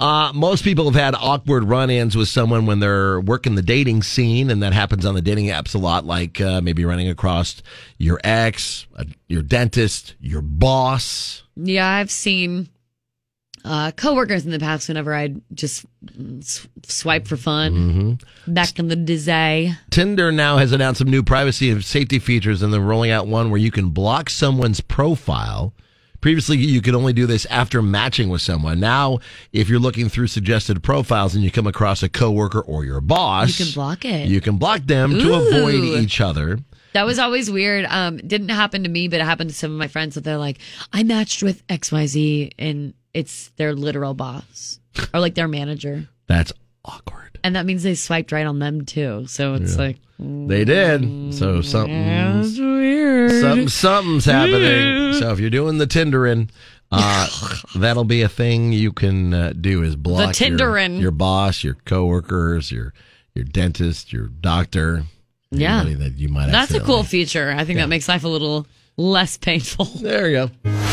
S6: Uh, most people have had awkward run-ins with someone when they're working the dating scene, and that happens on the dating apps a lot. Like uh, maybe running across your ex, uh, your dentist, your boss.
S7: Yeah, I've seen uh, coworkers in the past whenever I'd just mm, s- swipe for fun
S6: Mm-hmm.
S7: back in the day.
S6: Tinder now has announced some new privacy and safety features, and they're rolling out one where you can block someone's profile. Previously, you could only do this after matching with someone. Now, if you're looking through suggested profiles and you come across a coworker or your boss,
S7: You can block it.
S6: You can block them to avoid
S7: Ooh.
S6: each other.
S7: That was always weird. Um, didn't happen to me, but it happened to some of my friends that they're like, I matched with XYZ and it's their literal boss or like their manager.
S6: That's
S7: And that means they swiped right on them too. So it's
S6: Yeah.
S7: like,
S6: they did. So something,
S7: that's weird.
S6: something, something's happening. So if you're doing the Tindering, uh, that'll be a thing you can uh, do is block your-
S7: Tinderin'.
S6: Your, boss, your coworkers, your your dentist, your doctor.
S7: Yeah.
S6: anybody that you might.
S7: That's a
S6: accidentally-
S7: cool feature. I think that makes life a little less painful.
S6: There you go.